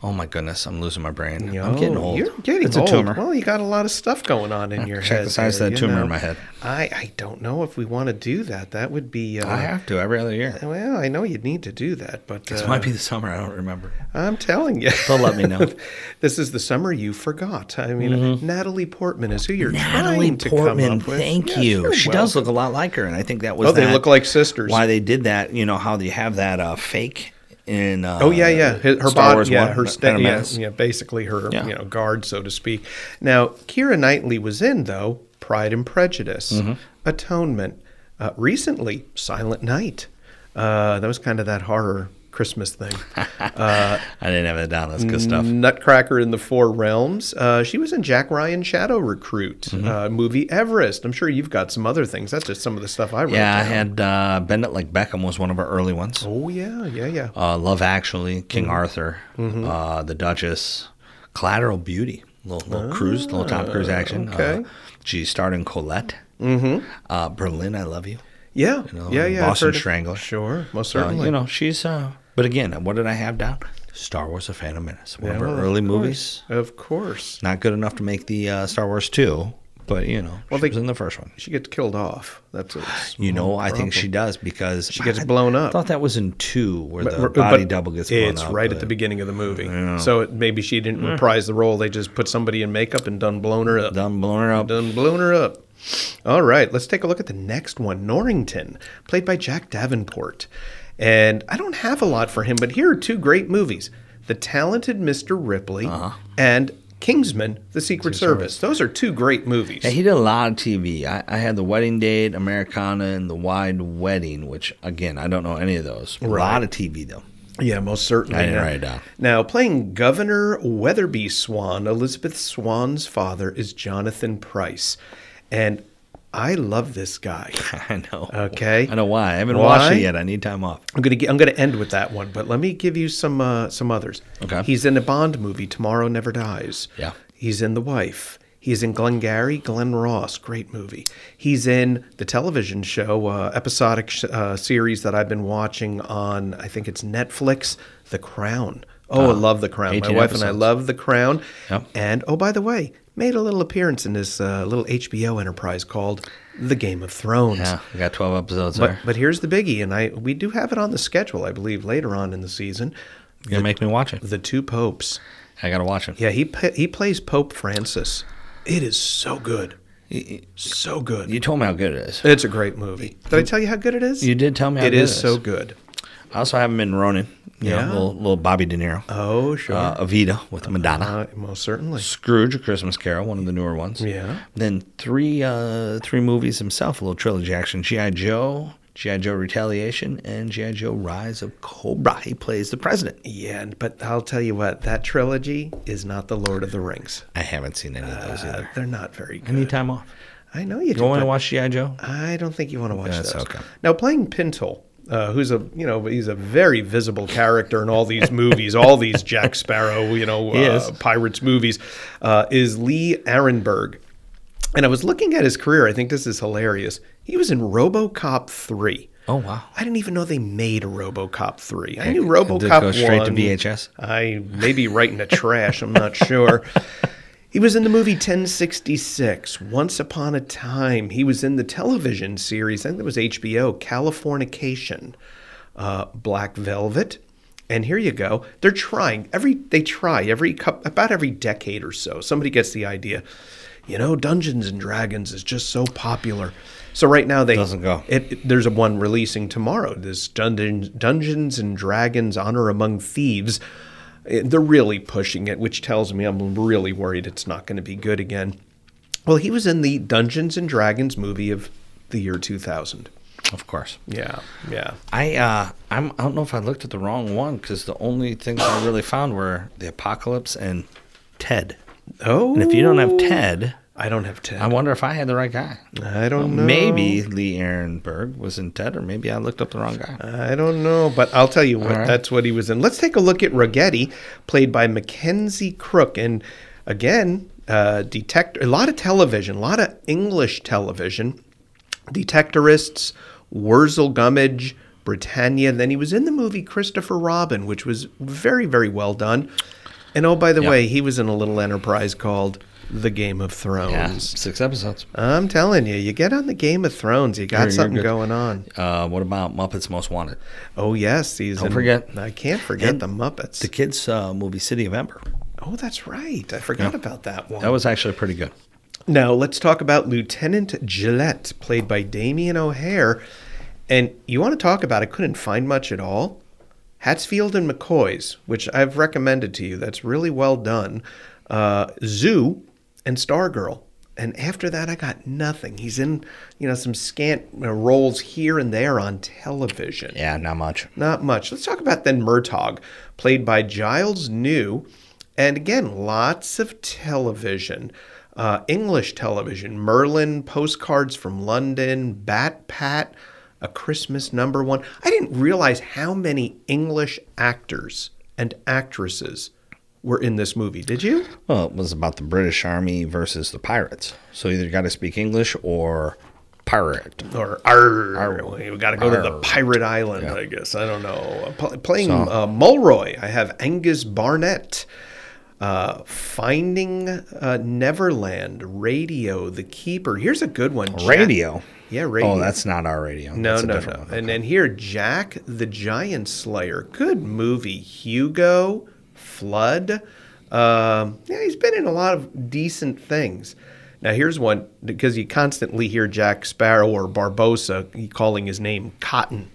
[SPEAKER 3] Oh my goodness, I'm losing my brain.
[SPEAKER 2] Yo,
[SPEAKER 3] I'm getting old.
[SPEAKER 2] You're getting
[SPEAKER 3] it's
[SPEAKER 2] old.
[SPEAKER 3] a tumor.
[SPEAKER 2] Well, you got a lot of stuff going on in your
[SPEAKER 3] check
[SPEAKER 2] head.
[SPEAKER 3] the size
[SPEAKER 2] there,
[SPEAKER 3] of that
[SPEAKER 2] you
[SPEAKER 3] tumor in
[SPEAKER 2] know.
[SPEAKER 3] my head.
[SPEAKER 2] I, I don't know if we want to do that. That would be. Uh,
[SPEAKER 3] I have to every other year.
[SPEAKER 2] Well, I know you'd need to do that, but
[SPEAKER 3] This
[SPEAKER 2] uh,
[SPEAKER 3] might be the summer. I don't remember.
[SPEAKER 2] I'm telling you.
[SPEAKER 3] They'll let me know.
[SPEAKER 2] this is the summer you forgot. I mean, Natalie Portman is who you're
[SPEAKER 3] Mm-hmm. Natalie
[SPEAKER 2] trying to come
[SPEAKER 3] Portman,
[SPEAKER 2] up with.
[SPEAKER 3] thank
[SPEAKER 2] Yes,
[SPEAKER 3] you.
[SPEAKER 2] you're
[SPEAKER 3] She does
[SPEAKER 2] welcome.
[SPEAKER 3] look a lot like her, and I think that was
[SPEAKER 2] Oh, they
[SPEAKER 3] that-
[SPEAKER 2] look like sisters.
[SPEAKER 3] Why they did that? You know how they have that uh, fake in. Uh,
[SPEAKER 2] Oh yeah, yeah. Her, her
[SPEAKER 3] Star
[SPEAKER 2] body,
[SPEAKER 3] Wars
[SPEAKER 2] yeah,
[SPEAKER 3] one,
[SPEAKER 2] her
[SPEAKER 3] Phantom
[SPEAKER 2] sta- yeah,
[SPEAKER 3] Menace.
[SPEAKER 2] yeah, basically her
[SPEAKER 3] Yeah.
[SPEAKER 2] you know guard, so to speak. Now, Kira Knightley was in though Pride and Prejudice,
[SPEAKER 3] Mm-hmm.
[SPEAKER 2] Atonement, uh, recently Silent Night. Uh, that was kind of that horror Christmas thing.
[SPEAKER 3] I didn't have that down. That's good stuff.
[SPEAKER 2] Mm-hmm. Nutcracker in the Four Realms. Uh, she was in Jack Ryan Shadow Recruit
[SPEAKER 3] Mm-hmm.
[SPEAKER 2] uh, movie Everest. I'm sure you've got some other things. That's just some of the stuff I wrote.
[SPEAKER 3] Yeah, I
[SPEAKER 2] down.
[SPEAKER 3] had uh, Bend It Like Beckham was one of our early ones.
[SPEAKER 2] Oh yeah, yeah, yeah.
[SPEAKER 3] Uh, Love Actually, King
[SPEAKER 2] Mm-hmm.
[SPEAKER 3] Arthur, uh, The Duchess, Collateral Beauty, little, little cruise, little Tom Cruise action.
[SPEAKER 2] Ah, okay.
[SPEAKER 3] Uh, she starred in Colette. Mm-hmm. Uh, Berlin, I Love You.
[SPEAKER 2] yeah,
[SPEAKER 3] know,
[SPEAKER 2] yeah, yeah. I've
[SPEAKER 3] Boston
[SPEAKER 2] heard of-
[SPEAKER 3] Strangler.
[SPEAKER 2] Sure, most
[SPEAKER 3] Uh,
[SPEAKER 2] certainly.
[SPEAKER 3] you know, she's. Uh, but again, what did I have down? Star Wars: The Phantom Menace, one of
[SPEAKER 2] Well,
[SPEAKER 3] her
[SPEAKER 2] of
[SPEAKER 3] early
[SPEAKER 2] course,
[SPEAKER 3] movies.
[SPEAKER 2] Of course.
[SPEAKER 3] Not good enough to make the uh, Star Wars two, but you know,
[SPEAKER 2] Well,
[SPEAKER 3] she
[SPEAKER 2] they-
[SPEAKER 3] was in the first one.
[SPEAKER 2] She gets killed off. That's a
[SPEAKER 3] You know,
[SPEAKER 2] small
[SPEAKER 3] I think she
[SPEAKER 2] problem.
[SPEAKER 3] does because she
[SPEAKER 2] gets blown up.
[SPEAKER 3] I thought that was in two, where the
[SPEAKER 2] But-
[SPEAKER 3] body
[SPEAKER 2] but
[SPEAKER 3] double gets blown
[SPEAKER 2] It's
[SPEAKER 3] up.
[SPEAKER 2] right at the
[SPEAKER 3] but-
[SPEAKER 2] beginning of the movie. So it, maybe she didn't reprise the role. They just put somebody in makeup and done blown her up.
[SPEAKER 3] Done blown her up.
[SPEAKER 2] Done blown her up. All right, let's take a look at the next one. Norrington, played by Jack Davenport. And I don't have a lot for him, but here are two great movies The Talented Mr. Ripley
[SPEAKER 3] Uh-huh.
[SPEAKER 2] and Kingsman, The Secret Service. Those are two great movies.
[SPEAKER 3] Yeah, he did a lot of TV. I, I had The Wedding Date, Americana, and The Wide Wedding, which, again, I don't know any of those. A lot of TV, though.
[SPEAKER 2] Yeah, most certainly.
[SPEAKER 3] I didn't
[SPEAKER 2] Now-
[SPEAKER 3] write it down.
[SPEAKER 2] Now, playing Governor Weatherby Swan, Elizabeth Swan's father is Jonathan Price. And I love this guy.
[SPEAKER 3] I know.
[SPEAKER 2] Okay.
[SPEAKER 3] I know why. I haven't
[SPEAKER 2] Why?
[SPEAKER 3] watched it yet. I need time off.
[SPEAKER 2] I'm gonna get, I'm gonna end with that one, but let me give you some uh, some others.
[SPEAKER 3] Okay.
[SPEAKER 2] He's in a Bond movie, Tomorrow Never Dies.
[SPEAKER 3] Yeah.
[SPEAKER 2] He's in The Wife. He's in Glengarry Glen Ross, great movie. He's in the television show uh, episodic sh- uh, series that I've been watching on I think it's Netflix, The Crown. Oh, I love The Crown. My
[SPEAKER 3] 18
[SPEAKER 2] wife and I
[SPEAKER 3] Ah, episodes.
[SPEAKER 2] love The Crown.
[SPEAKER 3] Yep.
[SPEAKER 2] And oh, by the way, made a little appearance in this uh, little HBO enterprise called The Game of Thrones.
[SPEAKER 3] Yeah, we got 12 episodes
[SPEAKER 2] But,
[SPEAKER 3] there.
[SPEAKER 2] but here's the biggie, and I we do have it on the schedule, I believe, later on in the season.
[SPEAKER 3] You're going to make me watch it.
[SPEAKER 2] The two popes.
[SPEAKER 3] I got to watch it.
[SPEAKER 2] Yeah, he pa- he plays Pope Francis. It is so good, so good.
[SPEAKER 3] You told me how good it is.
[SPEAKER 2] It's a great movie. Did I tell you how good it is?
[SPEAKER 3] You did tell me how
[SPEAKER 2] It
[SPEAKER 3] good
[SPEAKER 2] is
[SPEAKER 3] it is.
[SPEAKER 2] so good.
[SPEAKER 3] I also have him in Ronin. You yeah.
[SPEAKER 2] Yeah.
[SPEAKER 3] Know, little, little Bobby De Niro.
[SPEAKER 2] Oh sure,
[SPEAKER 3] Uh, Evita with Madonna.
[SPEAKER 2] Uh, most certainly.
[SPEAKER 3] Scrooge, A Christmas Carol, one of the newer ones.
[SPEAKER 2] Yeah.
[SPEAKER 3] Then three uh, three movies himself, a little trilogy action. G.I. Joe, G.I. Joe Retaliation, and G.I. Joe Rise of Cobra. He plays the president.
[SPEAKER 2] Yeah, and- but I'll tell you what, that trilogy is not the Lord of the Rings.
[SPEAKER 3] I haven't seen any of those
[SPEAKER 2] Uh,
[SPEAKER 3] either.
[SPEAKER 2] they're not very
[SPEAKER 3] I
[SPEAKER 2] good.
[SPEAKER 3] need time off.
[SPEAKER 2] I know you do.
[SPEAKER 3] You want to
[SPEAKER 2] but-
[SPEAKER 3] watch G.I. Joe?
[SPEAKER 2] I don't think you want to watch
[SPEAKER 3] That's
[SPEAKER 2] those.
[SPEAKER 3] okay.
[SPEAKER 2] Now playing Pintle, uh, who's a you know he's a very visible character in all these movies, all these Jack Sparrow you know
[SPEAKER 3] He is.
[SPEAKER 2] uh, pirates movies, uh, is Lee Arenberg. And I was looking at his career. I think this is hilarious. He was in RoboCop three.
[SPEAKER 3] Oh, wow.
[SPEAKER 2] I didn't even know they made a RoboCop three. I knew
[SPEAKER 3] It- it
[SPEAKER 2] RoboCop
[SPEAKER 3] did go straight to
[SPEAKER 2] 1.
[SPEAKER 3] VHS?
[SPEAKER 2] I maybe right in the trash. I'm not sure. He was in the movie 1066, Once Upon a Time. He was in the television series, I think that was HBO, Californication, uh, Black Velvet. And here you go. They're trying every they try every cup about every decade or so. Somebody gets the idea. You know, Dungeons and Dragons is just so popular. So right now they
[SPEAKER 3] Doesn't go.
[SPEAKER 2] it, it- there's a one releasing tomorrow. This Dungeons, Dungeons and Dragons Honor Among Thieves. Eh, They're really pushing it, which tells me I'm really worried it's not going to be good again. Well, he was in the Dungeons and Dragons movie of the year 2000.
[SPEAKER 3] Of course.
[SPEAKER 2] Yeah, yeah.
[SPEAKER 3] I uh, I'm, I don't know if I looked at the wrong one because the only things I really found were the apocalypse and Ted.
[SPEAKER 2] Oh,
[SPEAKER 3] And if you don't have Ted,
[SPEAKER 2] I don't have Ted.
[SPEAKER 3] I wonder if I had the right guy.
[SPEAKER 2] I
[SPEAKER 3] Oh,
[SPEAKER 2] don't know.
[SPEAKER 3] Maybe Lee Ehrenberg was in Ted, or maybe I looked up the wrong guy.
[SPEAKER 2] I don't know, but I'll tell you what,
[SPEAKER 3] right.
[SPEAKER 2] that's what he was in. Let's take a look at Rigetti, played by Mackenzie Crook. And again, uh, detect a lot of television, a lot of English television, Detectorists, Wurzel Gummidge, Britannia. Then he was in the movie Christopher Robin, which was very, very well done. And oh, by the way, he was in a little enterprise called The Game of Thrones.
[SPEAKER 3] six episodes.
[SPEAKER 2] I'm telling you, you get on the Game of Thrones, you got
[SPEAKER 3] You're- you're
[SPEAKER 2] something
[SPEAKER 3] good.
[SPEAKER 2] going on.
[SPEAKER 3] Uh, what about Muppets Most Wanted?
[SPEAKER 2] Oh yes, these. Don't
[SPEAKER 3] forget.
[SPEAKER 2] I can't forget
[SPEAKER 3] And
[SPEAKER 2] the Muppets.
[SPEAKER 3] The kids' uh, movie City of Ember.
[SPEAKER 2] oh, that's right. I forgot about that one.
[SPEAKER 3] That was actually pretty good.
[SPEAKER 2] now let's talk about Lieutenant Gillette, played by Damien O'Hare. And you want to talk about? I couldn't find much at all. Hatsfield and McCoy's, which I've recommended to you. That's really well done. Uh, Zoo and Stargirl. And after that, I got nothing. He's in, you know, some scant uh, roles here and there on television.
[SPEAKER 3] Yeah, not much.
[SPEAKER 2] Not much. Let's talk about then Murtaugh, played by Giles New. And again, lots of television, uh, English television, Merlin, postcards from London, Bat Pat, a Christmas number one. I didn't realize how many English actors and actresses were in this movie. Did you?
[SPEAKER 3] Well, it was about the British Army versus the pirates. So either you got to speak English or pirate.
[SPEAKER 2] Or arr, we got to go to the
[SPEAKER 3] Arr.
[SPEAKER 2] pirate island, I guess. I don't know. Uh, pl- playing uh, Mulroy, I have Angus Barnett. Uh, Finding uh, Neverland, Radio, The Keeper. Here's a good one. Jack-
[SPEAKER 3] Radio.
[SPEAKER 2] Yeah, radio.
[SPEAKER 3] Oh, that's not our radio.
[SPEAKER 2] no,
[SPEAKER 3] that's a
[SPEAKER 2] no, no.
[SPEAKER 3] different one.
[SPEAKER 2] And then here, Jack the Giant Slayer. Good movie. Hugo, Flood. Um, yeah, he's been in a lot of decent things. Now, here's one because you constantly hear Jack Sparrow or Barbosa calling his name Cotton.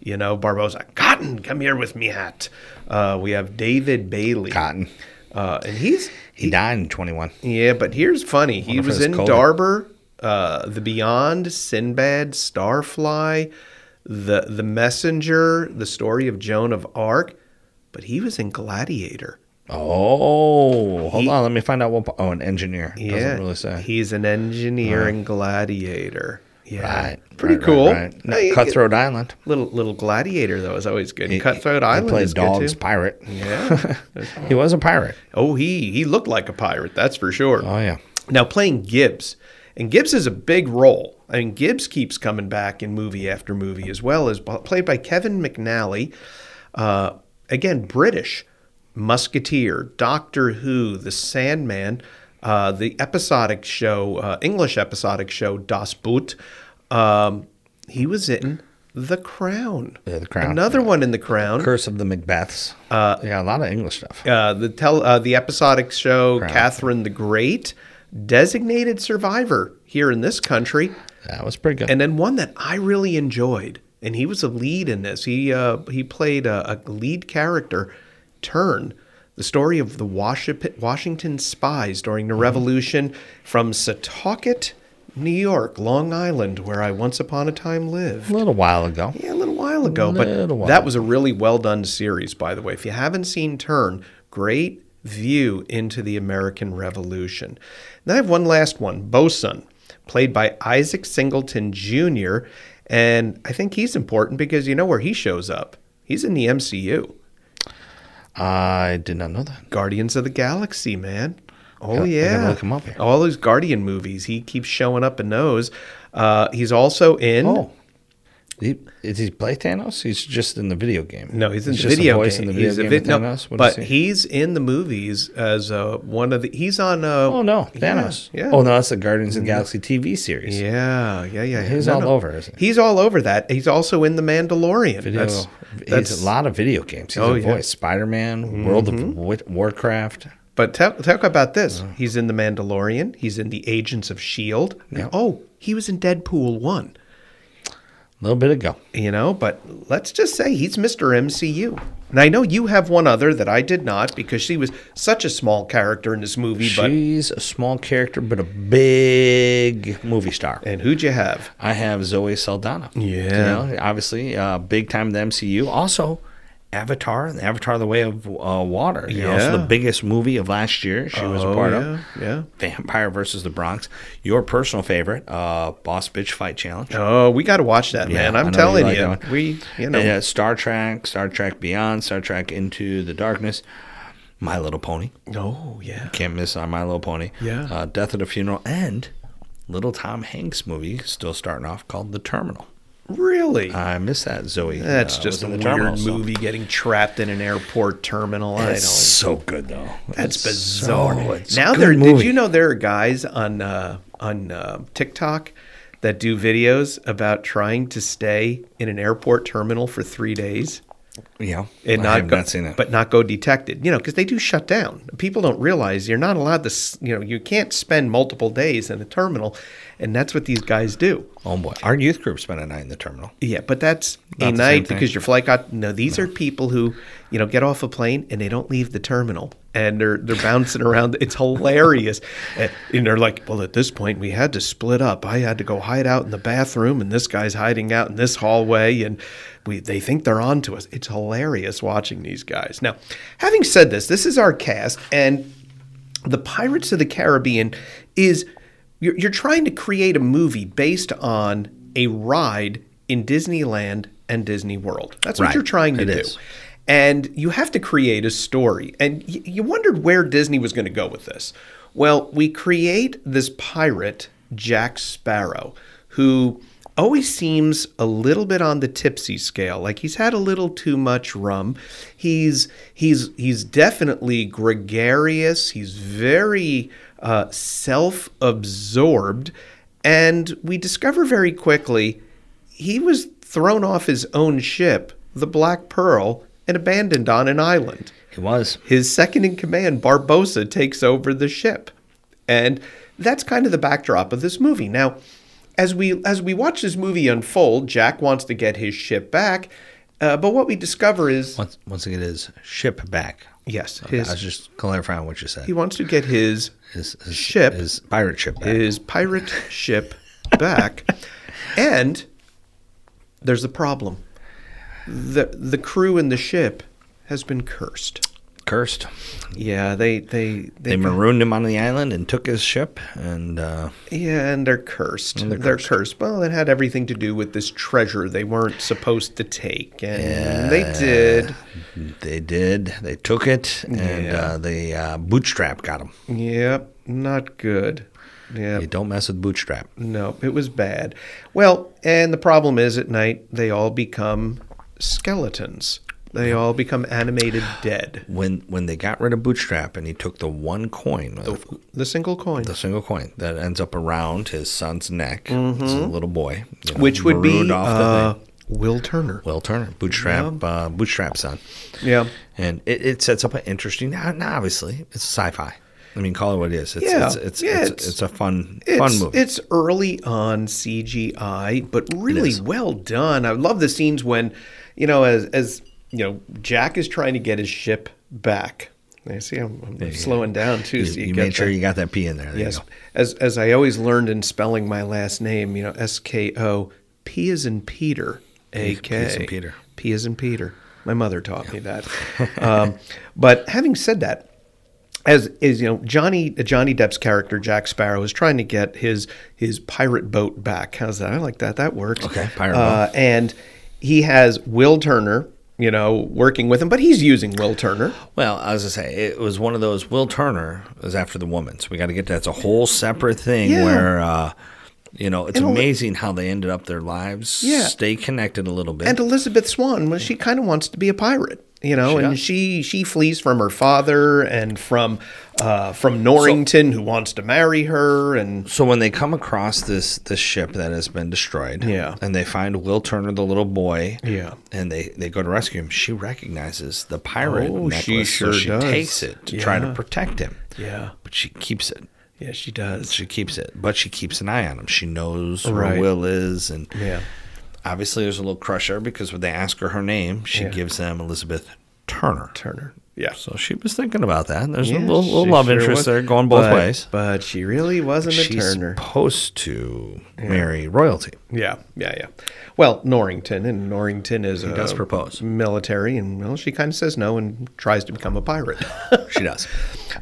[SPEAKER 2] You know, Barbosa, Cotton, come here with me hat. Uh, we have David Bailey.
[SPEAKER 3] Cotton.
[SPEAKER 2] Uh, and he's
[SPEAKER 3] He died in 21.
[SPEAKER 2] yeah, but here's funny. He
[SPEAKER 3] Wonder if
[SPEAKER 2] was
[SPEAKER 3] it's
[SPEAKER 2] in
[SPEAKER 3] COVID.
[SPEAKER 2] Darber, uh, The Beyond, Sinbad, Starfly, the The Messenger, The Story of Joan of Arc, but he was in Gladiator.
[SPEAKER 3] Oh, hold on. Let me find out what. po- Oh, an engineer. Yeah. Doesn't really say.
[SPEAKER 2] He's an engineer and gladiator. Yeah.
[SPEAKER 3] right.
[SPEAKER 2] Pretty
[SPEAKER 3] right, right,
[SPEAKER 2] cool.
[SPEAKER 3] right. No,
[SPEAKER 2] Uh, you-
[SPEAKER 3] Cutthroat Island.
[SPEAKER 2] Little little gladiator though is always good.
[SPEAKER 3] He-
[SPEAKER 2] Cutthroat
[SPEAKER 3] he
[SPEAKER 2] Island
[SPEAKER 3] played
[SPEAKER 2] is good
[SPEAKER 3] Dog's
[SPEAKER 2] too.
[SPEAKER 3] pirate.
[SPEAKER 2] Yeah.
[SPEAKER 3] He was a pirate.
[SPEAKER 2] oh, he he looked like a pirate. That's for sure.
[SPEAKER 3] Oh yeah.
[SPEAKER 2] Now playing Gibbs, and Gibbs is a big role. I mean, Gibbs keeps coming back in movie after movie as well as played by Kevin McNally. Uh, again, British Musketeer, Doctor Who, The Sandman, uh, the episodic show, uh, English episodic show Das Boot. Um, he was in The Crown.
[SPEAKER 3] Yeah, The Crown.
[SPEAKER 2] Another one in The Crown.
[SPEAKER 3] Curse of the Macbeths. Uh, yeah, a lot of English stuff.
[SPEAKER 2] Uh, the tel- uh, the episodic show
[SPEAKER 3] Crown.
[SPEAKER 2] Catherine the Great, designated survivor here in this country,
[SPEAKER 3] That was pretty good.
[SPEAKER 2] and then one that I really enjoyed. And he was a lead in this. He uh, he played a, a lead character, Turn, the story of the Waship- Washington spies during the Revolution from Setauket, New York, Long Island, where I once upon a time lived.
[SPEAKER 3] a little while ago.
[SPEAKER 2] Yeah, a little while ago,
[SPEAKER 3] Little
[SPEAKER 2] but
[SPEAKER 3] while.
[SPEAKER 2] that was a really well done series, by the way. If you haven't seen Turn, great view into the American Revolution. Then I have one last one, Bosun, played by Isaac Singleton Jr. And I think he's important because you know where he shows up. He's in the MCU,
[SPEAKER 3] I did not know that.
[SPEAKER 2] Guardians of the Galaxy, man. Oh
[SPEAKER 3] gotta
[SPEAKER 2] yeah,
[SPEAKER 3] look him up here.
[SPEAKER 2] all those Guardian movies. He keeps showing up in those. Uh, he's also in.
[SPEAKER 3] Oh. He, is he play Thanos? He's just in the video game.
[SPEAKER 2] No, he's in the
[SPEAKER 3] just a
[SPEAKER 2] video
[SPEAKER 3] voice
[SPEAKER 2] game.
[SPEAKER 3] in the video
[SPEAKER 2] he's
[SPEAKER 3] game.
[SPEAKER 2] a
[SPEAKER 3] of
[SPEAKER 2] vid- no,
[SPEAKER 3] Thanos. What
[SPEAKER 2] but
[SPEAKER 3] is he?
[SPEAKER 2] he's in the movies as uh, one of the. He's on. Uh,
[SPEAKER 3] Oh no,
[SPEAKER 2] yeah,
[SPEAKER 3] Thanos.
[SPEAKER 2] Yeah. Mm-hmm.
[SPEAKER 3] Oh no, that's the Guardians of the Galaxy TV series.
[SPEAKER 2] Yeah, yeah, yeah.
[SPEAKER 3] He's all over, isn't
[SPEAKER 2] He's all over that. He's also in the Mandalorian.
[SPEAKER 3] Video.
[SPEAKER 2] that's
[SPEAKER 3] he's
[SPEAKER 2] that's.
[SPEAKER 3] a lot of video games. He's
[SPEAKER 2] Oh,
[SPEAKER 3] a
[SPEAKER 2] yeah. Mm-hmm.
[SPEAKER 3] voice. Spider Man, World of Wa- Warcraft.
[SPEAKER 2] But ta- talk about this.
[SPEAKER 3] Uh-huh.
[SPEAKER 2] He's in the Mandalorian. He's in the Agents of Shield.
[SPEAKER 3] Yeah.
[SPEAKER 2] Oh, he was in Deadpool one.
[SPEAKER 3] A little bit ago.
[SPEAKER 2] You know, but let's just say he's Mr. MCU. And I know you have one other that I did not because she was such a small character in this movie. But
[SPEAKER 3] She's a small character, but a big movie star.
[SPEAKER 2] and who'd you have?
[SPEAKER 3] I have Zoe Saldana.
[SPEAKER 2] Yeah.
[SPEAKER 3] You know, obviously, uh, big time in the MCU. Also, Avatar and Avatar: The Way of uh, Water. You know, so
[SPEAKER 2] Yeah.
[SPEAKER 3] the biggest movie of last year. She was a
[SPEAKER 2] Oh,
[SPEAKER 3] part of.
[SPEAKER 2] yeah, yeah.
[SPEAKER 3] Vampire versus the Bronx. Your personal favorite, uh, Boss Bitch Fight Challenge.
[SPEAKER 2] Oh, we got to watch that, man.
[SPEAKER 3] Yeah, I
[SPEAKER 2] I'm
[SPEAKER 3] know
[SPEAKER 2] telling
[SPEAKER 3] like
[SPEAKER 2] you.
[SPEAKER 3] that one.
[SPEAKER 2] we, you know.
[SPEAKER 3] Yeah, Star Trek, Star Trek Beyond, Star Trek Into the Darkness, My Little Pony.
[SPEAKER 2] Oh, yeah.
[SPEAKER 3] Can't miss on My Little Pony.
[SPEAKER 2] Yeah.
[SPEAKER 3] Uh, Death at a Funeral and Little Tom Hanks movie, still starting off called The Terminal.
[SPEAKER 2] Really?
[SPEAKER 3] I miss that Zoe.
[SPEAKER 2] That's
[SPEAKER 3] uh, was
[SPEAKER 2] just a
[SPEAKER 3] in
[SPEAKER 2] weird
[SPEAKER 3] Terminal, so-
[SPEAKER 2] movie getting trapped in an airport terminal. I
[SPEAKER 3] It's
[SPEAKER 2] don't.
[SPEAKER 3] so good though.
[SPEAKER 2] That's
[SPEAKER 3] It's
[SPEAKER 2] bizarre.
[SPEAKER 3] so- it's a
[SPEAKER 2] now
[SPEAKER 3] good
[SPEAKER 2] there did
[SPEAKER 3] movie.
[SPEAKER 2] you know there are guys on uh, on uh, TikTok that do videos about trying to stay in an airport terminal for 3 days
[SPEAKER 3] Yeah,
[SPEAKER 2] and
[SPEAKER 3] I
[SPEAKER 2] not
[SPEAKER 3] have
[SPEAKER 2] go,
[SPEAKER 3] not seen it.
[SPEAKER 2] but not go detected. You know, because they do shut down. People don't realize you're not allowed to, s- you know, you can't spend multiple days in a terminal and that's what these guys do.
[SPEAKER 3] oh boy, our youth group spent a night in the terminal.
[SPEAKER 2] Yeah, but that's
[SPEAKER 3] Not
[SPEAKER 2] a
[SPEAKER 3] the same
[SPEAKER 2] night
[SPEAKER 3] thing.
[SPEAKER 2] because your flight got no. These are people who you know get off a plane and they don't leave the terminal and they're they're bouncing around. It's hilarious, and, and they're like, well, at this point we had to split up. I had to go hide out in the bathroom, and this guy's hiding out in this hallway, and we they think they're on to us. It's hilarious watching these guys. Now, having said this, this is our cast and the Pirates of the Caribbean is you're, you're trying to create a movie based on a ride in Disneyland and Disney World. That's what
[SPEAKER 3] Right.
[SPEAKER 2] you're trying to
[SPEAKER 3] It
[SPEAKER 2] do.
[SPEAKER 3] is.
[SPEAKER 2] And you have to create a story. And y- you wondered where Disney was going to go with this. Well, we create this pirate, Jack Sparrow, who always seems a little bit on the tipsy scale. Like he's had a little too much rum. He's he's he's definitely gregarious. He's very uh, self-absorbed, and we discover very quickly he was thrown off his own ship, the Black Pearl, and abandoned on an island.
[SPEAKER 3] It was.
[SPEAKER 2] His second in command, Barbosa, takes over the ship. And that's kind of the backdrop of this movie. Now, as we as we watch this movie unfold, Jack wants to get his ship back, uh, but what we discover is
[SPEAKER 3] Once once again, his ship back.
[SPEAKER 2] yes,
[SPEAKER 3] Okay, I was
[SPEAKER 2] his,
[SPEAKER 3] just clarifying what you said.
[SPEAKER 2] he wants to get his
[SPEAKER 3] his, his
[SPEAKER 2] ship-
[SPEAKER 3] his pirate ship back.
[SPEAKER 2] his pirate ship back, and there's a problem. the The crew in the ship has been cursed.
[SPEAKER 3] cursed.
[SPEAKER 2] Yeah, they they they,
[SPEAKER 3] They marooned him on the island and took his ship. And uh,
[SPEAKER 2] yeah, and they're cursed.
[SPEAKER 3] And
[SPEAKER 2] they're,
[SPEAKER 3] they're
[SPEAKER 2] cursed. Well, it had everything to do with this treasure they weren't supposed to take, and they did.
[SPEAKER 3] they did. They took it, and
[SPEAKER 2] Yeah.
[SPEAKER 3] uh, they uh, bootstrap got him.
[SPEAKER 2] Yep, not good. Yeah,
[SPEAKER 3] You don't mess with bootstrap.
[SPEAKER 2] no, it was bad. Well, and the problem is at night they all become skeletons. They all become animated dead.
[SPEAKER 3] When when they got rid of bootstrap, and he took the one coin, the,
[SPEAKER 2] The single coin,
[SPEAKER 3] single coin that ends up around his son's neck. It's a little boy, you know,
[SPEAKER 2] Mm-hmm. which would be
[SPEAKER 3] marooned that
[SPEAKER 2] uh,
[SPEAKER 3] night.
[SPEAKER 2] Will Turner.
[SPEAKER 3] Will Turner, bootstrap, uh, bootstrap son.
[SPEAKER 2] Yeah.
[SPEAKER 3] and it, it sets up an interesting. Now, now obviously, it's sci-fi. I mean, call it what it is. It's,
[SPEAKER 2] Yeah,
[SPEAKER 3] it's, it's,
[SPEAKER 2] yeah,
[SPEAKER 3] it's,
[SPEAKER 2] it's-
[SPEAKER 3] it's, a fun,
[SPEAKER 2] It's,
[SPEAKER 3] fun movie.
[SPEAKER 2] it's early on CGI, but really
[SPEAKER 3] is.
[SPEAKER 2] well done. I love the scenes when, you know, as as you know, Jack is trying to get his ship back. I see I'm, I'm slowing down too.
[SPEAKER 3] you
[SPEAKER 2] so you,
[SPEAKER 3] you
[SPEAKER 2] get
[SPEAKER 3] made sure
[SPEAKER 2] the-
[SPEAKER 3] you got that P in there. there
[SPEAKER 2] Yes,
[SPEAKER 3] You go.
[SPEAKER 2] as as I always learned in spelling my last name, you know, S K O P is in Peter, A K
[SPEAKER 3] P is in Peter.
[SPEAKER 2] P is in Peter. My mother taught me that. um, but having said that, as is you know, Johnny Johnny Depp's character Jack Sparrow is trying to get his his pirate boat back. How's that? I like that. That works.
[SPEAKER 3] Okay, pirate
[SPEAKER 2] Uh, and he has Will Turner, you know, working with him, but he's using Will Turner.
[SPEAKER 3] Well, I was gonna say it was one of those. Will Turner was after the woman, so we got to get that's a whole separate thing
[SPEAKER 2] Yeah.
[SPEAKER 3] where. Uh, you know, it's
[SPEAKER 2] And a li-
[SPEAKER 3] amazing how they ended up their lives.
[SPEAKER 2] Yeah.
[SPEAKER 3] Stay connected a little bit.
[SPEAKER 2] and Elizabeth Swan, well, she kind of wants to be a pirate, you know, and she she flees from her father and from uh, from Norrington, who wants to marry her, and
[SPEAKER 3] so when they come across this this ship that has been destroyed,
[SPEAKER 2] Yeah.
[SPEAKER 3] and they find Will Turner, the little boy,
[SPEAKER 2] Yeah.
[SPEAKER 3] and they they go to rescue him. She recognizes the pirate
[SPEAKER 2] Oh,
[SPEAKER 3] necklace,
[SPEAKER 2] she sure
[SPEAKER 3] so she
[SPEAKER 2] does.
[SPEAKER 3] takes it to try to
[SPEAKER 2] Yeah.
[SPEAKER 3] protect him.
[SPEAKER 2] yeah,
[SPEAKER 3] but she keeps it.
[SPEAKER 2] yeah, she does.
[SPEAKER 3] She keeps it, but she keeps an eye on him. She knows
[SPEAKER 2] Right.
[SPEAKER 3] where Will is, and
[SPEAKER 2] Yeah.
[SPEAKER 3] obviously there's a little crusher because when they ask her her name, she
[SPEAKER 2] Yeah.
[SPEAKER 3] gives them Elizabeth Turner.
[SPEAKER 2] Turner, yeah,
[SPEAKER 3] So she was thinking about that. and There's
[SPEAKER 2] Yeah,
[SPEAKER 3] a little, little
[SPEAKER 2] she
[SPEAKER 3] love
[SPEAKER 2] sure
[SPEAKER 3] interest
[SPEAKER 2] was.
[SPEAKER 3] there going both
[SPEAKER 2] But-
[SPEAKER 3] ways.
[SPEAKER 2] but she really wasn't a
[SPEAKER 3] She's
[SPEAKER 2] Turner.
[SPEAKER 3] supposed to marry royalty.
[SPEAKER 2] Yeah, yeah, yeah. Well, Norrington, and Norrington is a
[SPEAKER 3] does propose.
[SPEAKER 2] military, and well, she kind of says no and tries to become a pirate.
[SPEAKER 3] She does.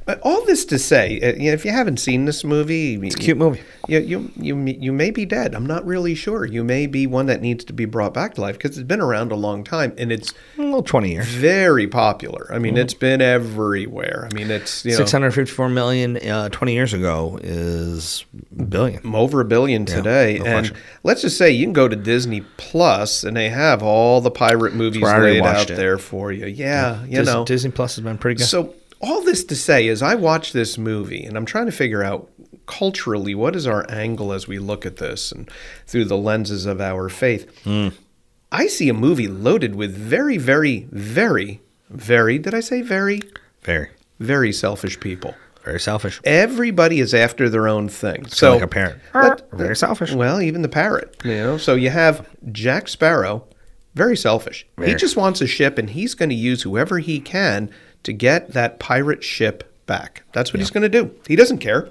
[SPEAKER 2] Uh, All this to say, uh, you know, if you haven't seen this movie, it's
[SPEAKER 3] Cute movie.
[SPEAKER 2] You, you you you may be dead. I'm not really sure. You may be one that needs to be brought back to life because it's been around a long time and it's
[SPEAKER 3] A little 20 years.
[SPEAKER 2] very popular. I
[SPEAKER 3] Mm-hmm.
[SPEAKER 2] mean, it's been everywhere. I mean, it's you know
[SPEAKER 3] 654 million uh, 20 years ago is billion.
[SPEAKER 2] over a billion today.
[SPEAKER 3] no
[SPEAKER 2] and
[SPEAKER 3] question.
[SPEAKER 2] let's just say you can go to Disney Plus and they have all the pirate movies
[SPEAKER 3] where I already
[SPEAKER 2] laid
[SPEAKER 3] watched
[SPEAKER 2] out
[SPEAKER 3] it.
[SPEAKER 2] there for you. Yeah, you
[SPEAKER 3] Dis-
[SPEAKER 2] know.
[SPEAKER 3] Disney Plus has been pretty good.
[SPEAKER 2] So all this to say is I watch this movie and I'm trying to figure out culturally what is our angle as we look at this and through the lenses of our faith.
[SPEAKER 3] Hmm.
[SPEAKER 2] I see a movie loaded with very, very, very, very, did I say very,
[SPEAKER 3] very,
[SPEAKER 2] very selfish people.
[SPEAKER 3] very selfish.
[SPEAKER 2] Everybody is after their own thing.
[SPEAKER 3] So
[SPEAKER 2] So
[SPEAKER 3] like a parent.
[SPEAKER 2] Let-
[SPEAKER 3] very selfish.
[SPEAKER 2] Well, even the parrot, you know. So you have Jack Sparrow, very selfish. He
[SPEAKER 3] Very.
[SPEAKER 2] just wants a ship, and he's going to use whoever he can to get that pirate ship back. That's what he's going to do. He doesn't care,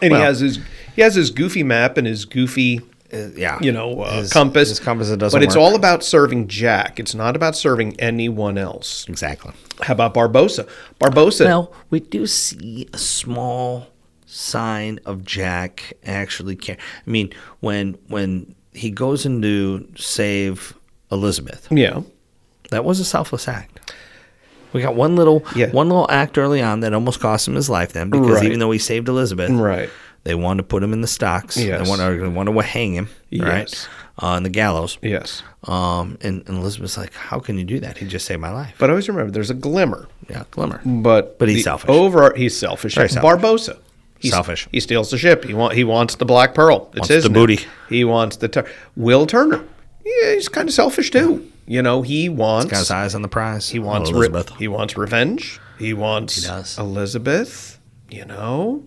[SPEAKER 2] and he
[SPEAKER 3] Well-
[SPEAKER 2] has his he has his goofy map and his goofy.
[SPEAKER 3] yeah.
[SPEAKER 2] You know, uh,
[SPEAKER 3] His-
[SPEAKER 2] compass.
[SPEAKER 3] his compass that doesn't
[SPEAKER 2] But it's
[SPEAKER 3] work.
[SPEAKER 2] all about serving Jack. It's not about serving anyone else.
[SPEAKER 3] Exactly.
[SPEAKER 2] How about Barbosa? Barbosa.
[SPEAKER 3] Well, we do see a small sign of Jack actually care. I mean, when when he goes in to save Elizabeth,
[SPEAKER 2] yeah.
[SPEAKER 3] that was a selfless act. We got one little
[SPEAKER 2] Yeah.
[SPEAKER 3] one little act early on that almost cost him his life then because
[SPEAKER 2] Right.
[SPEAKER 3] even though he saved Elizabeth,
[SPEAKER 2] Right.
[SPEAKER 3] they wanted to put him in the stocks.
[SPEAKER 2] Yes.
[SPEAKER 3] They wanted, they wanted to hang him,
[SPEAKER 2] Yes.
[SPEAKER 3] right? On the gallows.
[SPEAKER 2] Yes.
[SPEAKER 3] Um, and, and Elizabeth's like, How can you do that? He just saved my life.
[SPEAKER 2] But always remember, there's a glimmer.
[SPEAKER 3] Yeah, glimmer.
[SPEAKER 2] But
[SPEAKER 3] But he's
[SPEAKER 2] the
[SPEAKER 3] selfish.
[SPEAKER 2] Over he's selfish.
[SPEAKER 3] Very selfish.
[SPEAKER 2] Barbosa. He's,
[SPEAKER 3] Selfish.
[SPEAKER 2] He steals the ship. He want, he wants the black pearl. It's
[SPEAKER 3] Wants
[SPEAKER 2] his
[SPEAKER 3] the
[SPEAKER 2] now.
[SPEAKER 3] booty.
[SPEAKER 2] He wants the tur- Will Turner. Yeah, he's kind of selfish too. You know, he wants
[SPEAKER 3] Got his eyes on the prize.
[SPEAKER 2] he wants
[SPEAKER 3] Oh,
[SPEAKER 2] re-
[SPEAKER 3] Elizabeth.
[SPEAKER 2] he wants revenge. He wants
[SPEAKER 3] does.
[SPEAKER 2] Elizabeth. You know,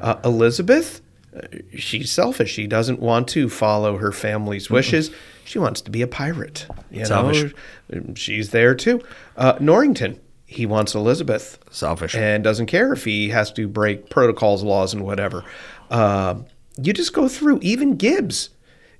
[SPEAKER 2] uh, Elizabeth. uh, She's selfish. She doesn't want to follow her family's wishes. She wants to be a pirate. You
[SPEAKER 3] Selfish.
[SPEAKER 2] know, Um, she's there too. Uh, Norrington. He wants Elizabeth
[SPEAKER 3] Selfish.
[SPEAKER 2] and doesn't care if he has to break protocols, laws, and whatever. Uh, you just go through. Even Gibbs,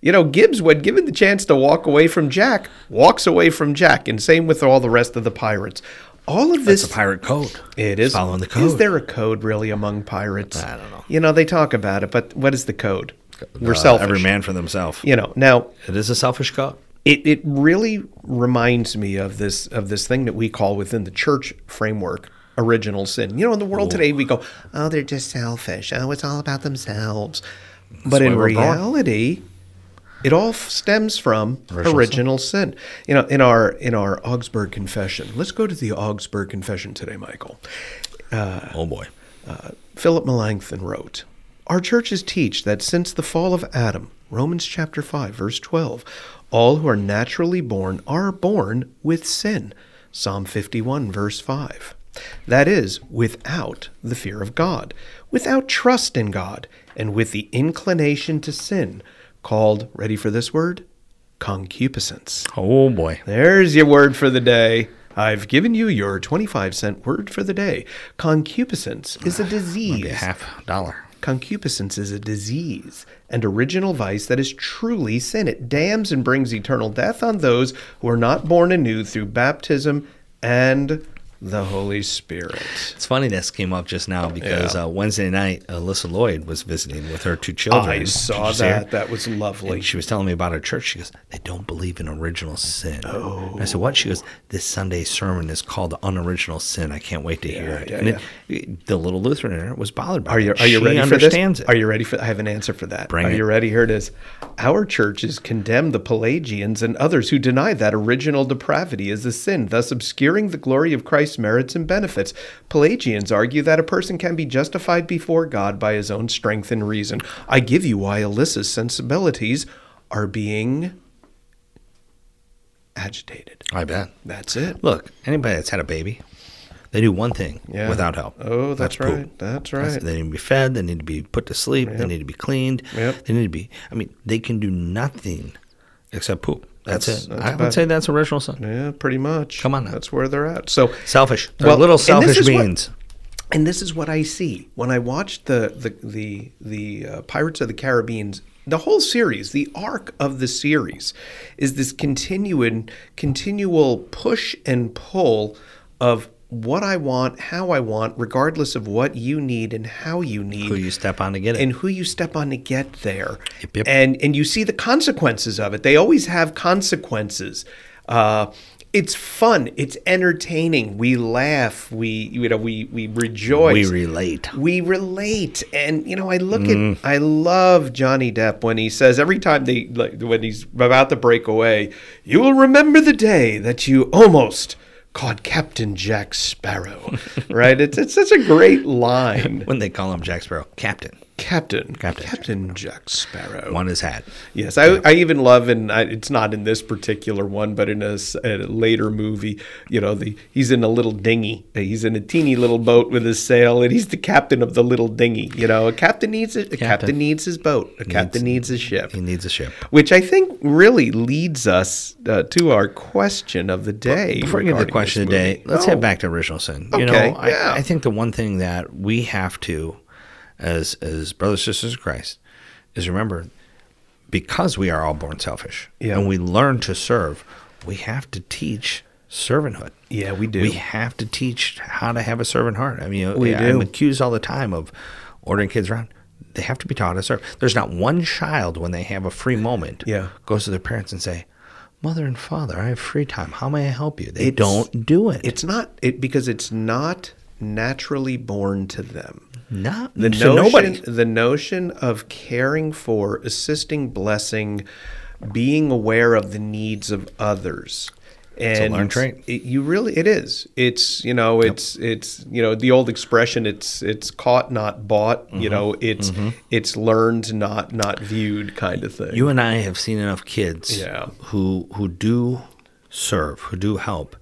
[SPEAKER 2] you know, Gibbs, when given the chance to walk away from Jack, walks away from Jack, and same with all the rest of the pirates. All of
[SPEAKER 3] That's
[SPEAKER 2] this
[SPEAKER 3] a pirate code.
[SPEAKER 2] It is
[SPEAKER 3] following the code.
[SPEAKER 2] Is there a code really among pirates?
[SPEAKER 3] I don't know.
[SPEAKER 2] You know, they talk about it, but what is the code? We're
[SPEAKER 3] Uh,
[SPEAKER 2] selfish.
[SPEAKER 3] Every man for themselves.
[SPEAKER 2] You know. Now,
[SPEAKER 3] It is a selfish code.
[SPEAKER 2] it, it really reminds me of this of this thing that we call within the church framework original sin. You know, in the world today, we go, oh, they're just selfish. Oh, it's all about themselves. but
[SPEAKER 3] why
[SPEAKER 2] in
[SPEAKER 3] we're born.
[SPEAKER 2] reality, it all f- stems from original,
[SPEAKER 3] Original
[SPEAKER 2] sin. You know, in our in our Augsburg Confession. Let's go to the Augsburg Confession today, Michael.
[SPEAKER 3] Oh boy.
[SPEAKER 2] Philip Melanchthon wrote, Our churches teach that since the fall of Adam, Romans chapter 5, verse 12, all who are naturally born are born with sin. Psalm 51, verse 5. That is, without the fear of God, without trust in God, and with the inclination to sin, called, ready for this word? Concupiscence.
[SPEAKER 3] Oh boy.
[SPEAKER 2] There's your word for the day. I've given you your 25 cent word for the day. Concupiscence is a
[SPEAKER 3] Maybe a
[SPEAKER 2] disease.
[SPEAKER 3] half dollar.
[SPEAKER 2] Concupiscence is a disease and original vice that is truly sin. It damns and brings eternal death on those who are not born anew through baptism and the Holy Spirit.
[SPEAKER 3] It's funny this came up just now because uh, Wednesday night, Alyssa Lloyd was visiting with her two children.
[SPEAKER 2] I
[SPEAKER 3] Oh, Did
[SPEAKER 2] saw
[SPEAKER 3] you see her?
[SPEAKER 2] that. That was lovely.
[SPEAKER 3] And she was telling me about her church. She goes, they don't believe in original sin. Oh. I said, what? She goes, this Sunday sermon is called Unoriginal Sin. I can't wait to hear it.
[SPEAKER 2] yeah,
[SPEAKER 3] and it- it- the little Lutheran in her was bothered by
[SPEAKER 2] Are you
[SPEAKER 3] it.
[SPEAKER 2] are you
[SPEAKER 3] she
[SPEAKER 2] ready
[SPEAKER 3] understands
[SPEAKER 2] for this?
[SPEAKER 3] it.
[SPEAKER 2] Are you ready for I have an answer for that.
[SPEAKER 3] Bring
[SPEAKER 2] are
[SPEAKER 3] it.
[SPEAKER 2] you ready? Here it is. Our churches condemn the Pelagians and others who deny that original depravity is a sin, thus obscuring the glory of Christ's merits and benefits. Pelagians argue that a person can be justified before God by his own strength and reason. I give you why Alyssa's sensibilities are being agitated.
[SPEAKER 3] I bet.
[SPEAKER 2] That's it.
[SPEAKER 3] Look, anybody that's had a baby, they do one thing
[SPEAKER 2] Yeah.
[SPEAKER 3] without help.
[SPEAKER 2] Oh, that's,
[SPEAKER 3] poop.
[SPEAKER 2] right. That's
[SPEAKER 3] That's-
[SPEAKER 2] right.
[SPEAKER 3] They need to be fed. They need to be put to sleep. They need to be cleaned.
[SPEAKER 2] Yep.
[SPEAKER 3] They need to be. I mean, they can do nothing except poop. That's,
[SPEAKER 2] That's-
[SPEAKER 3] it.
[SPEAKER 2] that's
[SPEAKER 3] I
[SPEAKER 2] about
[SPEAKER 3] would say that's original sin.
[SPEAKER 2] Yeah, pretty much.
[SPEAKER 3] Come on now.
[SPEAKER 2] That's where they're at. So
[SPEAKER 3] Selfish. They're
[SPEAKER 2] Well,
[SPEAKER 3] little
[SPEAKER 2] and this
[SPEAKER 3] selfish
[SPEAKER 2] is what-
[SPEAKER 3] beings.
[SPEAKER 2] and this is what I see when I watch the the the the uh, Pirates of the Caribbean's the whole series, the arc of the series, is this continued continual push and pull of what I want, how I want, regardless of what you need and how you need
[SPEAKER 3] Who you step on to get it.
[SPEAKER 2] and who you step on to get there.
[SPEAKER 3] Yep, yep.
[SPEAKER 2] And and you see the consequences of it. They always have consequences. Uh, it's fun. It's entertaining. We laugh. We you know we we rejoice.
[SPEAKER 3] we Mm. relate.
[SPEAKER 2] We relate, and you know, I look at, I love Johnny Depp when he says every time they, like, when he's about to break away, you will remember the day that you almost caught Captain Jack Sparrow, right? It's it's such a great line.
[SPEAKER 3] When they call him Jack Sparrow, Captain.
[SPEAKER 2] Captain,
[SPEAKER 3] Captain.
[SPEAKER 2] Jack Sparrow.
[SPEAKER 3] One is hat.
[SPEAKER 2] Yes, I, I even love, and I, it's not in this particular one, but in a, s- a later movie, you know, the he's in a little dinghy. He's in a teeny little boat with his sail, and he's the captain of the little dinghy. You know, a captain needs a, a captain needs his boat. A captain needs his ship.
[SPEAKER 3] He needs a ship.
[SPEAKER 2] Which I think really leads us uh, to our question of the day.
[SPEAKER 3] Before we get to the
[SPEAKER 2] regarding
[SPEAKER 3] question
[SPEAKER 2] this
[SPEAKER 3] today,
[SPEAKER 2] movie.
[SPEAKER 3] let's
[SPEAKER 2] Oh,
[SPEAKER 3] head back to original sin. you know,
[SPEAKER 2] Okay,
[SPEAKER 3] I,
[SPEAKER 2] yeah.
[SPEAKER 3] I think the one thing that we have to, as as brothers sisters of Christ, is remember, because we are all born selfish,
[SPEAKER 2] Yeah.
[SPEAKER 3] and we learn to serve, we have to teach servanthood.
[SPEAKER 2] Yeah, we do.
[SPEAKER 3] We have to teach how to have a servant heart. I mean,
[SPEAKER 2] We
[SPEAKER 3] I, am
[SPEAKER 2] do.
[SPEAKER 3] accused all the time of ordering kids around. They have to be taught how to serve. There's not one child when they have a free moment
[SPEAKER 2] Yeah.
[SPEAKER 3] goes to their parents and say, "Mother and father, I have free time. How may I help you?" They
[SPEAKER 2] It's-
[SPEAKER 3] don't do it.
[SPEAKER 2] It's not it because it's not naturally born to them.
[SPEAKER 3] not
[SPEAKER 2] the notion,
[SPEAKER 3] so nobody.
[SPEAKER 2] the notion of caring for, assisting, blessing, being aware of the needs of others. And
[SPEAKER 3] learned trait.
[SPEAKER 2] it- you really, it is. It's you know, it's it's you know the old expression. It's it's caught, not bought.
[SPEAKER 3] Mm-hmm.
[SPEAKER 2] You know, it's it's learned, not not viewed, kind of thing.
[SPEAKER 3] You and I have seen enough kids
[SPEAKER 2] Yeah.
[SPEAKER 3] who who do serve, who do help,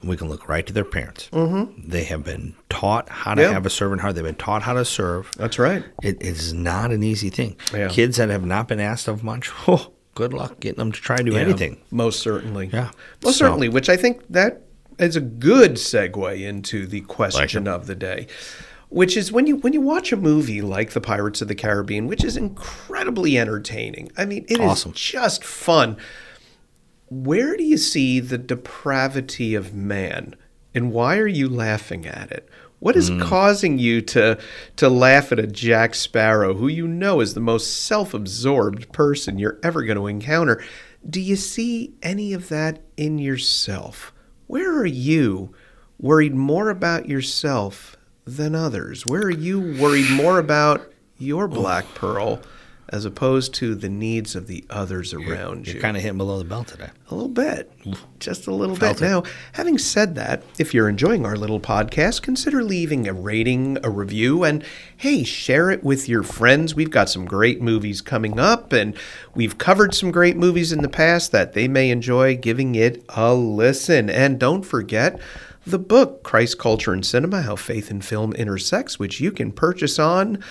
[SPEAKER 3] and we can look right to their parents. Mm-hmm. They have been taught how to
[SPEAKER 2] Yeah.
[SPEAKER 3] have a servant heart. They've been taught how to serve.
[SPEAKER 2] That's right.
[SPEAKER 3] It is not an easy thing.
[SPEAKER 2] Yeah.
[SPEAKER 3] Kids that have not been asked of much, oh, good luck getting them to try to do anything.
[SPEAKER 2] Most certainly.
[SPEAKER 3] Yeah.
[SPEAKER 2] Most
[SPEAKER 3] So-
[SPEAKER 2] certainly, which I think that is a good segue into the question of the day. Which is when you when you watch a movie like The Pirates of the Caribbean, which is incredibly entertaining. I mean, it is
[SPEAKER 3] Awesome.
[SPEAKER 2] just fun. Where do you see the depravity of man And why are you laughing at it? What is
[SPEAKER 3] Hmm.
[SPEAKER 2] causing you to to laugh at a Jack Sparrow who you know is the most self-absorbed person you're ever going to encounter? Do you see any of that in yourself? Where are you worried more about yourself than others? Where are you worried more about your black pearl as opposed to the needs of the others around you?
[SPEAKER 3] You're kind of hitting below the belt today.
[SPEAKER 2] A little bit. Just a little
[SPEAKER 3] Felt
[SPEAKER 2] bit.
[SPEAKER 3] it.
[SPEAKER 2] Now, having said that, if you're enjoying our little podcast, consider leaving a rating, a review, and hey, share it with your friends. We've got some great movies coming up, and we've covered some great movies in the past that they may enjoy giving it a listen. And don't forget, the book, Christ, Culture, and Cinema How Faith and Film Intersects, which you can purchase on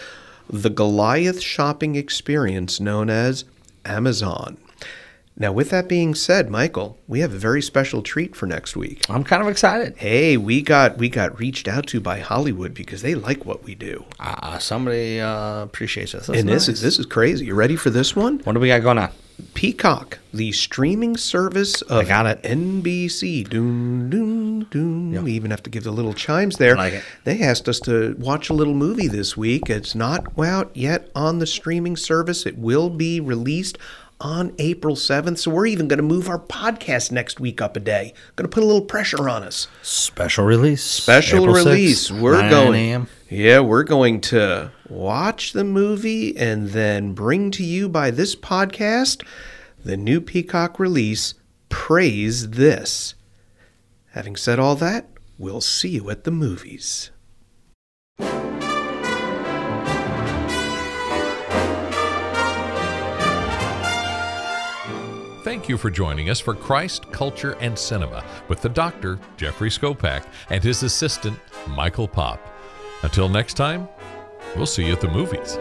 [SPEAKER 2] the Goliath shopping experience known as Amazon. Now, with that being said, Michael, we have a very special treat for next week.
[SPEAKER 3] I'm kind of excited.
[SPEAKER 2] Hey, we got we got reached out to by Hollywood because they like what we do.
[SPEAKER 3] Ah, somebody uh, appreciates us. That's
[SPEAKER 2] and this
[SPEAKER 3] nice.
[SPEAKER 2] is this is crazy. You ready for this one?
[SPEAKER 3] What do we got going on?
[SPEAKER 2] Peacock, the streaming service of
[SPEAKER 3] got it.
[SPEAKER 2] NBC. Doom, doom, doom. We even have to give the little chimes there.
[SPEAKER 3] like it.
[SPEAKER 2] They asked us to watch a little movie this week. It's not out yet on the streaming service. It will be released on April 7th. So we're even going to move our podcast next week up a day. Going to put a little pressure on us.
[SPEAKER 3] Special release.
[SPEAKER 2] Special
[SPEAKER 3] April 6th,
[SPEAKER 2] release. we're
[SPEAKER 3] 9
[SPEAKER 2] going.
[SPEAKER 3] a.m..
[SPEAKER 2] Yeah, we're going to watch the movie and then bring to you by this podcast the new Peacock release, Praise This. Having said all that, we'll see you at the movies.
[SPEAKER 1] Thank you for joining us for Christ, Culture, and Cinema with the doctor, Jeffrey Skopak, and his assistant, Michael Pop. Until next time, we'll see you at the movies.